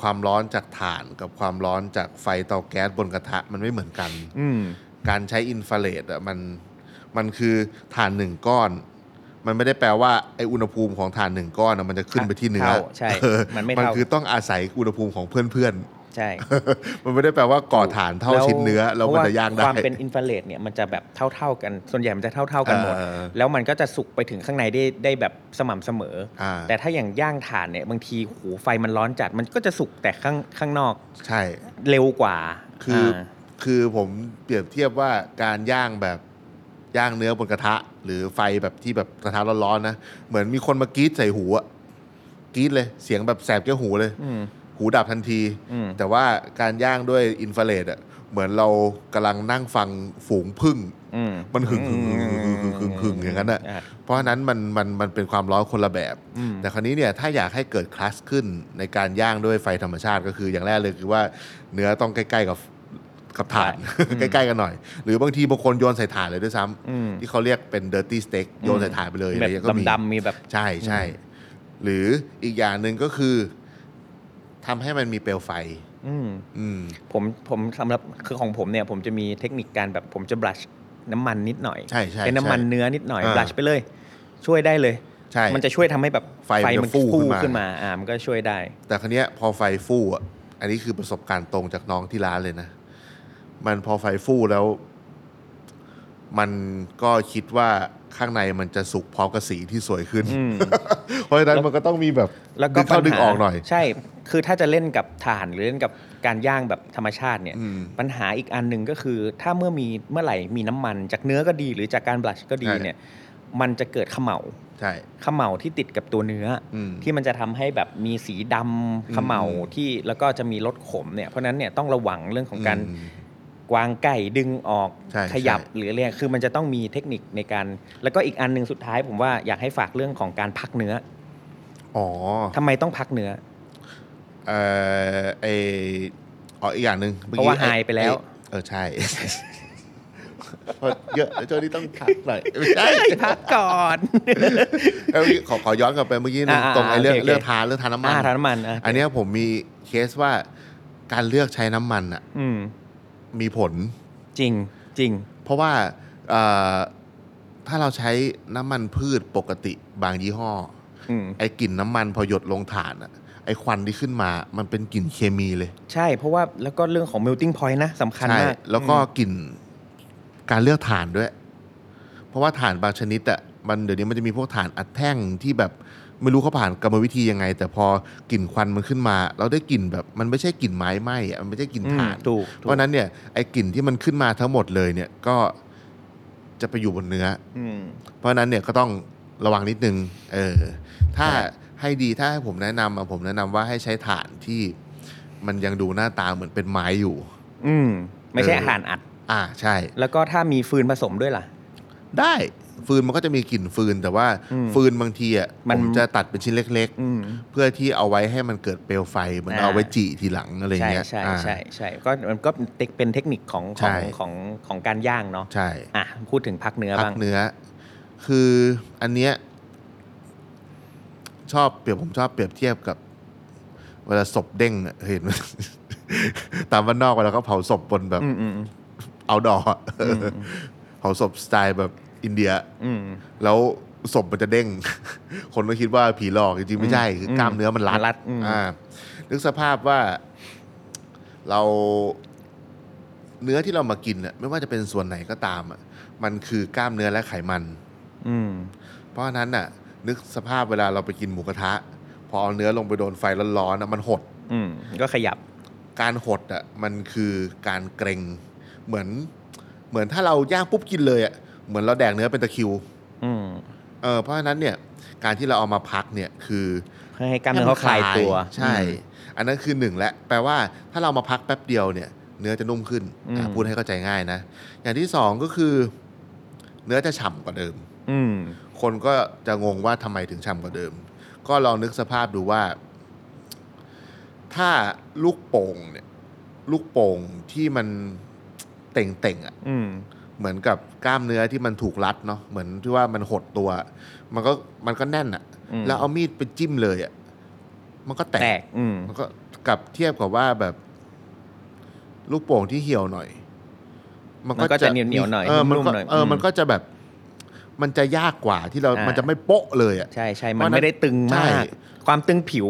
S2: ความร้อนจากถ่านกับความร้อนจากไฟเตาแก๊สบนกระทะมันไม่เหมือนกัน
S3: อืม
S2: การใช้อินฟราเรดอะมันมันคือฐานหนึ่งก้อน มันไม่ได้แปลว่าไออุณหภูมิของฐานหนึ่งก้อนอะมันจะขึ้นไปที่เนื้อ
S3: เท่าใช่
S2: เออ
S3: มันไม่
S2: มัน
S3: เท่า
S2: คือต้องอาศัยอุณหภูมิของเพื่อน
S3: ใช่
S2: ๆ มันไม่ได้แปลว่าก่อฐานเท่า
S3: แล้ว
S2: ชิ้นเนื้อแล้วมัน
S3: พร
S2: จะย่างได้
S3: ความเป็นอินฟราเรดเนี่ยมันจะแบบเท่า ๆกัน ส่วนใหญ่มันจะเท่า ๆกันหมด
S2: เออ
S3: แล้วมันก็จะสุกไปถึงข้างในได้ได้แบบสม่ำเสมออ
S2: อ่า
S3: แต่ถ้าอย่างย่างถ่านเนี่ยบางทีโหไฟมันร้อนจัด มันก็จะสุกแต่ข้างข้างนอก
S2: ใช่
S3: เร็วกว่า
S2: คืออา คือผมเปรียบเทียบว่าการย่างแบบย่างเนื้อบนกระทะ หรือไฟแบบที่แบบกระทะร้อนๆนะเหมือนมีคนมากรีดใส่หูอะกรีดเลยเสียงแบบแสบแก้วหูเลย
S3: อืม
S2: หูดับทันที
S3: อืม
S2: แต่ว่าการย่างด้วยอินฟราเรดอ่ะเหมือนเรากำลังนั่งฟังฝูงพึ่ง
S3: อืม
S2: มันหึ่งหึ่งหึ่งหึ่งหึ่งหึ่งหึ่งอย่างนั้นอะ
S3: อ่ะ
S2: เพราะฉะนั้นมันมันมันเป็นความร้อนคนละแบบ
S3: อืม
S2: แต่คราวนี้เนี่ยถ้าอยากให้เกิดคลัสขึ้นในการย่างด้วยไฟธรรมชาติก็คืออย่างแรกเลยคือว่าเนื้อต้องใกล้ๆกับกับถ่าน ใกล้ๆกันหน่อย หรือบางทีบางคนโยนใส่ถ่านเลยด้วยซ้ำ
S3: อืม
S2: ที่เขาเรียกเป็น dirty steak โยนใส่ถ่านไปเลยอะไร
S3: แบ
S2: อบ ย่างเงี้ยก็มี
S3: ดำๆมีแบบ
S2: ใช่ใช่ หรืออีกอย่างหนึ่งก็คือทำให้มันมีเปลวไฟ
S3: อืม
S2: อืม
S3: ผมผมสำหรับคือของผมเนี่ยผมจะมีเทคนิคการแบบผมจะบลัชน้ำมันนิดหน่อย
S2: ใช่ใช่
S3: เป็นน้ำมันเนื้อนิดหน่อย
S2: อ่า
S3: บลัชไปเลย ช่วยได้เลย
S2: ใช่
S3: มันจะช่วยทำให้แบบ
S2: ไฟมัน
S3: มัน
S2: ฟู่
S3: ฟู
S2: ขึ้นมา
S3: ขึ้นมาอ่ามันก็ช่วยได้
S2: แต่ครั้เนี้ยพอไฟฟูอ่ะ อันนี้คือประสบการณ์ตรงจากน้องที่ร้านเลยนะ มันพอไฟฟูแล้ว มันก็คิดว่าข้างในมันจะสุกพร้อมกับสีที่สวยขึ้น
S3: อืม
S2: เพราะฉะนั้นมันก็ต้องมีแบบ
S3: แล้วก็
S2: ดึงเข้า
S3: ปัญ
S2: ดึงออกหน่อย
S3: ใช่ คือถ้าจะเล่นกับถ่านหรือเล่นกับการย่างแบบธรรมชาติเนี่ย
S2: อืม
S3: ปัญหาอีกอันหนึ่งก็คือ ถ้าเมื่อมีเมื่อไหร่มีน้ำมัน จากเนื้อก็ดี หรือจากการบลัชก็ดี
S2: ใช่
S3: เนี่ย มันจะเกิดเขมเหลา
S2: ใช่
S3: เขมเหลาที่ติดกับตัวเนื้ออ
S2: อืม
S3: ที่มันจะทำให้แบบมีสีดำเขมเหลาที่แล้วก็จะมีรสขมเนี่ยเพราะฉะนั้นเนี่ยต้องระวังเรื่องของการ
S2: อืม
S3: วางไก่ดึงออก
S2: ใช่
S3: ขยับ
S2: ใช่
S3: หรืออะไรคือมันจะต้องมีเทคนิคในการ แล้วก็อีกอันหนึ่งสุดท้ายผมว่าอยากให้ฝากเรื่องของการพักเนื้อ
S2: อ๋อ
S3: ทำไมต้องพักเนื้อ
S2: เอ่อไออ๋ออีกอย่างหนึ่งมื่อ
S3: เพราะ
S2: กี้
S3: ว่าหายไปแล้ว
S2: เออใช่ เยอะช่วงนี้ต้องพักหน่อยไม่ใช่
S3: พักก่อน
S2: เอ้ยขอขอย้อนกลับไปเมื่อกี้นะ
S3: อ่า
S2: ตรงไอ้
S3: อ่า
S2: เรื่อง
S3: โอเคโอเค
S2: เรื่องทานเรื่องทานน้ำมัน
S3: อ่าทานน้ ำมันอ่ะ
S2: อันเนี้ยผมมีเคสว่าการเลือกใช้น้ำมันอ่ะ
S3: อืม
S2: มีผล
S3: จริงจริง
S2: เพราะว่าเอ่อถ้าเราใช้น้ำมันพืชปกติบางยี่ห้อ
S3: อืม
S2: ไอ้กลิ่นน้ำมันพอหยดลงฐานอ่ะไอ้ควันที่ขึ้นมามันเป็นกลิ่นเคมีเลย
S3: ใช่ เพราะว่าแล้วก็เรื่องของ melting point นะสำคัญ
S2: ใช่
S3: มาก
S2: แล้วก็
S3: อืม
S2: กลิ่นการเลือกฐานด้วย เพราะว่าฐานบางชนิดอ่ะมันเดี๋ยวนี้มันจะมีพวกฐานอัดแท่งที่แบบไม่รู้เขาผ่านกรรมวิธียังไง แต่พอกลิ่นควันมันขึ้นมา เราได้กลิ่นแบบมันไม่ใช่กลิ่นไม้ไหม้อะมันไม่ใช่กลิ่น
S3: อืม
S2: ฐาน
S3: ถูก
S2: เพ
S3: ถูก
S2: ราะฉะนั้นเนี่ยไอ้กลิ่นที่มันขึ้นมาทั้งหมดเลยเนี่ยก็จะไปอยู่บนเนื้อ
S3: อืม
S2: เพราะฉะนั้นเนี่ยก็ต้องระวังนิดนึง เออ ถ้า
S3: ใช่
S2: ให้ดีถ้าให้ผมแนะนำอะผมแนะนำว่าให้ใช้ฐานที่มันยังดูหน้าตาเหมือนเป็นไม้อยู่
S3: อืม ไม่ใช่
S2: เอออ
S3: อาหารอัด
S2: อ่าใช่
S3: แล้วก็ถ้ามีฟืนผสมด้วยล่ะ
S2: ได้ฟืนมันก็จะมีกลิ่นฟืนแต่ว่า
S3: อืม
S2: ฟืนบางทีอ่ะ
S3: มัน
S2: ผมจะตัดเป็นชิ้นเล็ก
S3: อืม
S2: ๆ เพื่อที่เอาไว้ให้มันเกิดเปลวไฟเหมัน
S3: อ่า
S2: เอาไว้จีทีหลังอะไร
S3: ใช่
S2: เงี้ย
S3: ใช่
S2: อ่า
S3: ใช่ใช่ก็มันก็เป็นเทคนิคของข
S2: ใช่
S3: องของของการย่างเนาะ
S2: ใช่
S3: อ่ะพูดถึงพักเนื้อ
S2: พั
S3: บ้าก ง
S2: เนื้อ คืออันเนี้ยชอบเปรียบผมชอบเปรียบเทียบกับ เวลาศพเด้งอะเห็นไหม ตามบ้านนอกเวลาเขาเผาศพบนแบบ
S3: อืมอืมอืม
S2: เอาดอ
S3: อืม
S2: เผาศพสไตล์แบบอินเดีย
S3: อืม
S2: แล้วศพมันจะเด้ง คนก็คิดว่าผีหลอกจริงๆไม่ใช่
S3: อืม
S2: คือกล้ามเนื้อมันรัด
S3: มันรัดอืม
S2: อ่านึกสภาพว่าเราเนื้อที่เรามากินน่ะไม่ว่าจะเป็นส่วนไหนก็ตามอ่ะมันคือกล้ามเนื้อและไขมัน
S3: อืม
S2: เพราะฉะนั้นน่ะ นึกสภาพเวลาเราไปกินหมูกระทะ พอเอาเนื้อลงไปโดนไฟร้อนๆน่ะมันหด
S3: อืม ก็ขยับ
S2: การหดอ่ะมันคือการเกรงเหมือน เหมือนถ้าเราย่างปุ๊บกินเลยอ่ะเหมือนเราแดกเนื้อเป็นตะคริว
S3: อืม
S2: เออเพราะฉะนั้นเนี่ยการที่เราเอามาพักเนี่ยคือ
S3: เพื่อให้กล้ามเนื้อเขาคลายตัว
S2: ใช่ อันนั้นคือหนึ่งและแปลว่าถ้าเรามาพักแป๊บเดียวเนี่ย เนื้อจะนุ่มขึ้นอ่ะพูดให้เข้าใจง่ายนะ อย่างที่สองก็คือ เนื้อจะฉ่ำกว่าเดิม
S3: อืม
S2: คนก็จะงงว่าทำไมถึงช่ำกว่าเดิม ก็ลองนึกสภาพดูว่า ถ้าลูกโป่งเนี่ย ลูกโป่งที่มันเต่งๆอะ่ะ
S3: อืม
S2: เหมือนกับกล้ามเนื้อที่มันถูกรัดเนาะ เหมือนที่ว่ามันหดตัว มันก็มันก็แน่นอะ่ะ
S3: อืม
S2: แล้วเอามีดไปจิ้มเลยอะ่ะ มันก็แต
S3: แต
S2: ก
S3: ก อืม
S2: มันก็กลับเทียบกับว่าแบบ ลูกโป่งที่เหี่ยวหน่อย
S3: มันก็จะเหนียวๆหน่อย
S2: เออมัน
S3: นุ่
S2: ก็
S3: มๆหน่อย
S2: เอออ
S3: ม
S2: มันก็จะแบบ มันจะยากกว่าที่เรา
S3: อ่ามั
S2: มันจะไม่โป๊ะเลยอ่ะ
S3: ใช่ใช่
S2: เพ
S3: มัน
S2: ราะฉะนั้น
S3: ไม่ได้ตึง
S2: ใช่
S3: มาก ความตึงผิว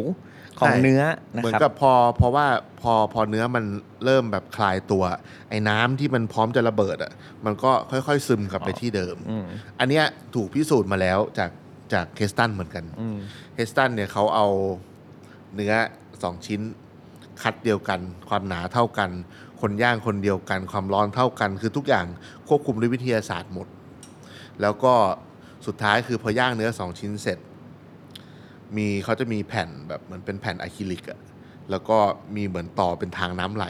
S3: ของ
S2: ใช่
S3: เนื้อนะ
S2: เหมือน
S3: ครับ
S2: กับพอเพราะว่าพอพอเนื้อมันเริ่มแบบคลายตัว ไอ้น้ำที่มันพร้อมจะระเบิดอ่ะ มันก็ค่อยๆซึมกลับไปที่เดิม
S3: อืม
S2: อันเนี้ยถูกพิสูจน์มาแล้วจากจากเคสตันเหมือนกัน
S3: อืม
S2: เฮสตันเนี่ยเขาเอาเนื้อสองชิ้น คัดเดียวกัน ความหนาเท่ากัน คนย่างคนเดียวกัน ความร้อนเท่ากัน คือทุกอย่างควบคุมด้วยวิทยาศาสตร์หมด แล้วก็สุดท้ายคือพอย่างเนื้อสองชิ้นเสร็จ มีเขาจะมีแผ่นแบบเหมือนเป็นแผ่นอะคริลิกอะแล้วก็มีเหมือนต่อเป็นทางน้ำไหล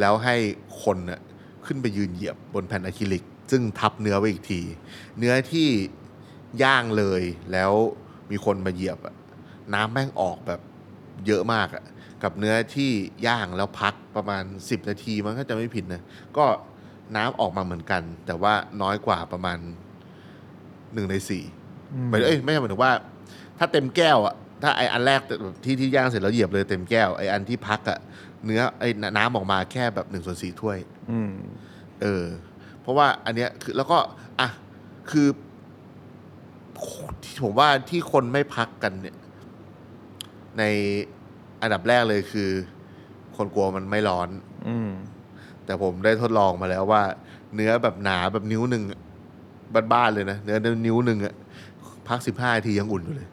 S2: แล้วให้คนน่ะขึ้นไปยืนเหยียบบนแผ่นอะคริลิก ซึ่งทับเนื้อไว้อีกที เนื้อที่ย่างเลยแล้วมีคนมาเหยียบอะน้ำแม่งออกแบบเยอะมากอะกับเนื้อที่ย่างแล้วพักประมาณ 10 นาทีมันก็จะไม่ผิดนะ ก็น้ำออกมาเหมือนกัน แต่ว่าน้อยกว่าประมาณหนึ่งในสี่
S3: อืม
S2: หมายถึงเอ้ยไม่ใช่หมายถึงว่า ถ้าเต็มแก้วอะถ้าไออันแรกที่ที่ย่างเสร็จแล้วเหยียบเลยเต็มแก้วไออันที่พักอะเนื้อไอน้ำออกมาแค่แบบหนึ่งส่วนสี่ถ้วย
S3: อืม
S2: เออ เพราะว่าอันเนี้ยคือแล้วก็ อ่ะ คือที่ผมว่าที่คนไม่พักกันเนี่ย ในอันดับแรกเลยคือ คนกลัวมันไม่ร้อน
S3: อืม
S2: แต่ผมได้ทดลองมาแล้วว่า เนื้อแบบหนาแบบนิ้วหนึ่งอะบ้านๆเลยนะ เนื้อนิ้วหนึ่งอะพักสิบห้านาทียังอุ่นอยู่เลย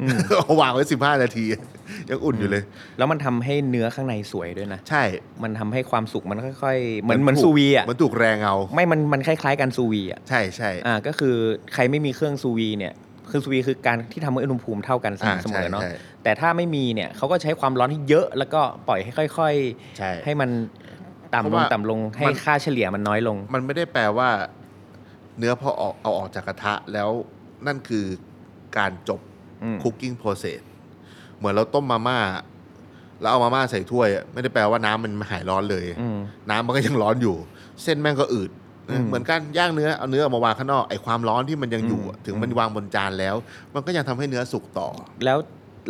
S3: อืม
S2: เอา วางไว้สิบห้านาทีอะยังอุ่นอยู่เลย
S3: แล้วมันทำให้เนื้อข้างในสวยด้วยนะ
S2: ใช่
S3: มันทำให้ความสุกมันค่อยๆ เหมือนเหมือนซูวีอ่ะ
S2: เหมันถูกแรงเอา
S3: ไม่ มัน มันคล้ายๆกันซูวีอ่ะ
S2: ใช่ใช่
S3: อ่า ก็คือใครไม่มีเครื่องซูวีเนี่ย คือซูวีคือการที่ทำให้อุณหภูมิเท่ากันสม่ำเสมอเนาะ
S2: อ่าใช่ใช่
S3: แต่ถ้าไม่มีเนี่ยเขาก็ใช้ความร้อนที่เยอะแล้วก็ปล่อยให้ค่อย
S2: ใช่
S3: ๆ ให้มันต่ำ
S2: เพ
S3: ล
S2: ราะ
S3: ง
S2: ว่า
S3: ต่ำลง ให้
S2: มัน
S3: ค่าเฉลี่ยมันน้อยลง
S2: มันไม่ได้แปลว่า เนื้อพอออกเอาออกจากกระทะแล้วนั่นคือการจบ
S3: อืม
S2: cooking process เหมือนเราต้มมาม่าแล้วเอามาม่าใส่ถ้วยอะไม่ได้แปลว่าน้ำมันหายร้อนเลย
S3: อืม
S2: น้ำมันก็ยังร้อนอยู่ เส้นแม่งก็อืด
S3: อืม
S2: เหมือนกันย่างเนื้อเอาเนื้อออกมาวางข้างนอกไอความร้อนที่มันยังอยู่อะ
S3: อืม
S2: ถึงมันวางบนจานแล้ว มันก็ยังทำให้เนื้อสุกต่อ
S3: แล้ว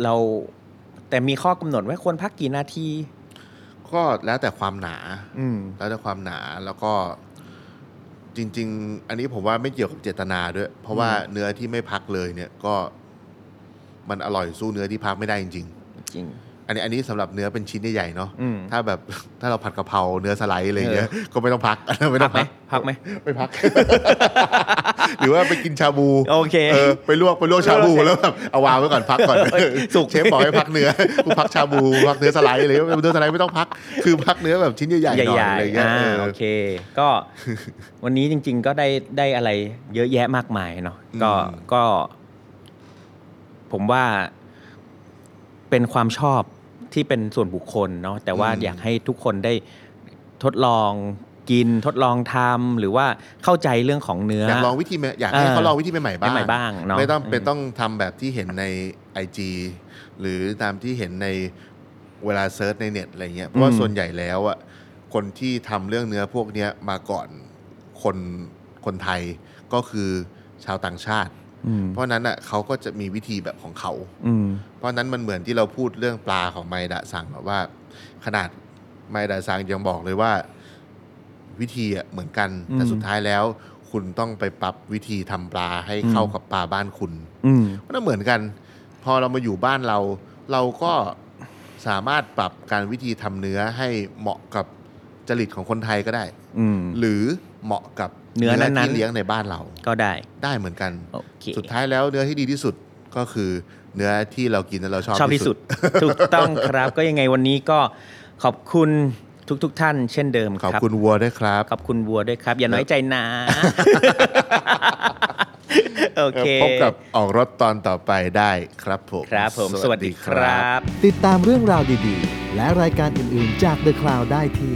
S3: เราแต่มีข้อกำหนดไว้ควรพักกี่นาที
S2: ก็แล้วแต่ความหนา
S3: อืม
S2: แล้วแต่ความหนาแล้วก็จริง ๆ อันนี้ผมว่าไม่เกี่ยวกับเจตนาด้วย เพราะว่า
S3: อืม
S2: เนื้อที่ไม่พักเลยเนี่ยก็มันอร่อยสู้เนื้อที่พักไม่ได้จริง
S3: จริง
S2: ๆ อันนี้อันนี้สำหรับเนื้อเป็นชิ้นใหญ่ๆเนาะ
S3: อืม
S2: ถ้าแบบ ถ้าเราผัดกะเพราเนื้อสไลด์อะไรเงี้ยก็ไม่ต้องพัก ไม่ต้อง
S3: ไหม
S2: พัก
S3: พักไหม
S2: ไม่พัก หรือว่าไปกินชาบู
S3: โอเค
S2: เออไปลวกไปลวกชาบูแล้วแบบเอาวางไว้ก่อนพักก่อน
S3: เออสุก
S2: เชฟบอกให้พักเนื้อกูพักชาบูพักเนื้อสไลด์เลยเนื้อสไลด์ไม่ต้องพัก คือพักเนื้อแบบชิ้นใหญ่ๆหน่อยอะไรเงี้ย
S3: อ่า
S2: เออ
S3: โอเค ก็ วันนี้จริง ๆ ก็ได้ได้อะไรเยอะแยะมากมายเนาะก็
S2: อืม
S3: ก็ ผมว่าเป็นความชอบที่เป็นส่วนบุคคลเนาะแต่ว่าอยากให้ทุกคนได้ทดลองกินทดลองทำหรือว่าเข้าใจเรื่องของเนื้อ
S2: อยากลองวิธีใหม่อยากให้
S3: เออ
S2: เขาลองวิธีใหม่ๆบ้าง
S3: ใหม่ๆบ้างเนอะ
S2: ไม่ต้องเป็น
S3: อืม
S2: ต้องทำแบบที่เห็นใน IG หรือตามที่เห็นในเวลาเซิร์ชในเน็ตอะไรเงี้ยเพราะว่า
S3: อืม
S2: ส่วนใหญ่แล้วอ่ะคนที่ทำเรื่องเนื้อพวกเนี้ยมาก่อนคนคนไทยก็คือชาวต่างชาติ
S3: อืม
S2: เพราะฉะนั้นอ่ะเขาก็จะมีวิธีแบบของเขา
S3: อืม
S2: เพราะฉะนั้นมันเหมือนที่เราพูดเรื่องปลาของไมดะซังอะว่า ขนาดไมดะซังยังบอกเลยว่า วิธีอะเหมือนกัน
S3: อืม
S2: แต่สุดท้ายแล้ว คุณต้องไปปรับวิธีทำปลาให้
S3: อืม
S2: เข้ากับปลาบ้านคุณ
S3: อืม
S2: มันก็เหมือนกัน พอเรามาอยู่บ้านเรา เราก็สามารถปรับการวิธีทำเนื้อให้เหมาะกับจริตของคนไทยก็ได้
S3: อืม
S2: หรือเหมาะกับ
S3: เนื้อนั้นๆ
S2: ที่เลี้ยงในบ้านเรา
S3: ก็ได้
S2: ได้เหมือนกัน
S3: โอเค
S2: สุดท้ายแล้วเนื้อที่ดีที่สุดก็คือเนื้อที่เรากินและเราชอบ
S3: ชอบที่สุด ถูกต้องครับ ก็ยังไงวันนี้ก็ขอบคุณทุกๆท่าน เช่นเดิมค
S2: ข
S3: รั
S2: อบ บคุณวัวด้วยครับ
S3: ขอบคุณบัวด้วยครับ อย่าน้อยใจนะ โอเค
S2: พบกับออกรถตอนต่อไปได้ครับผม
S3: ครับผมสวัสดีครับ
S1: ติดตามเรื่องราวดีๆ และรายการอื่นๆจาก The Cloud ได้ที่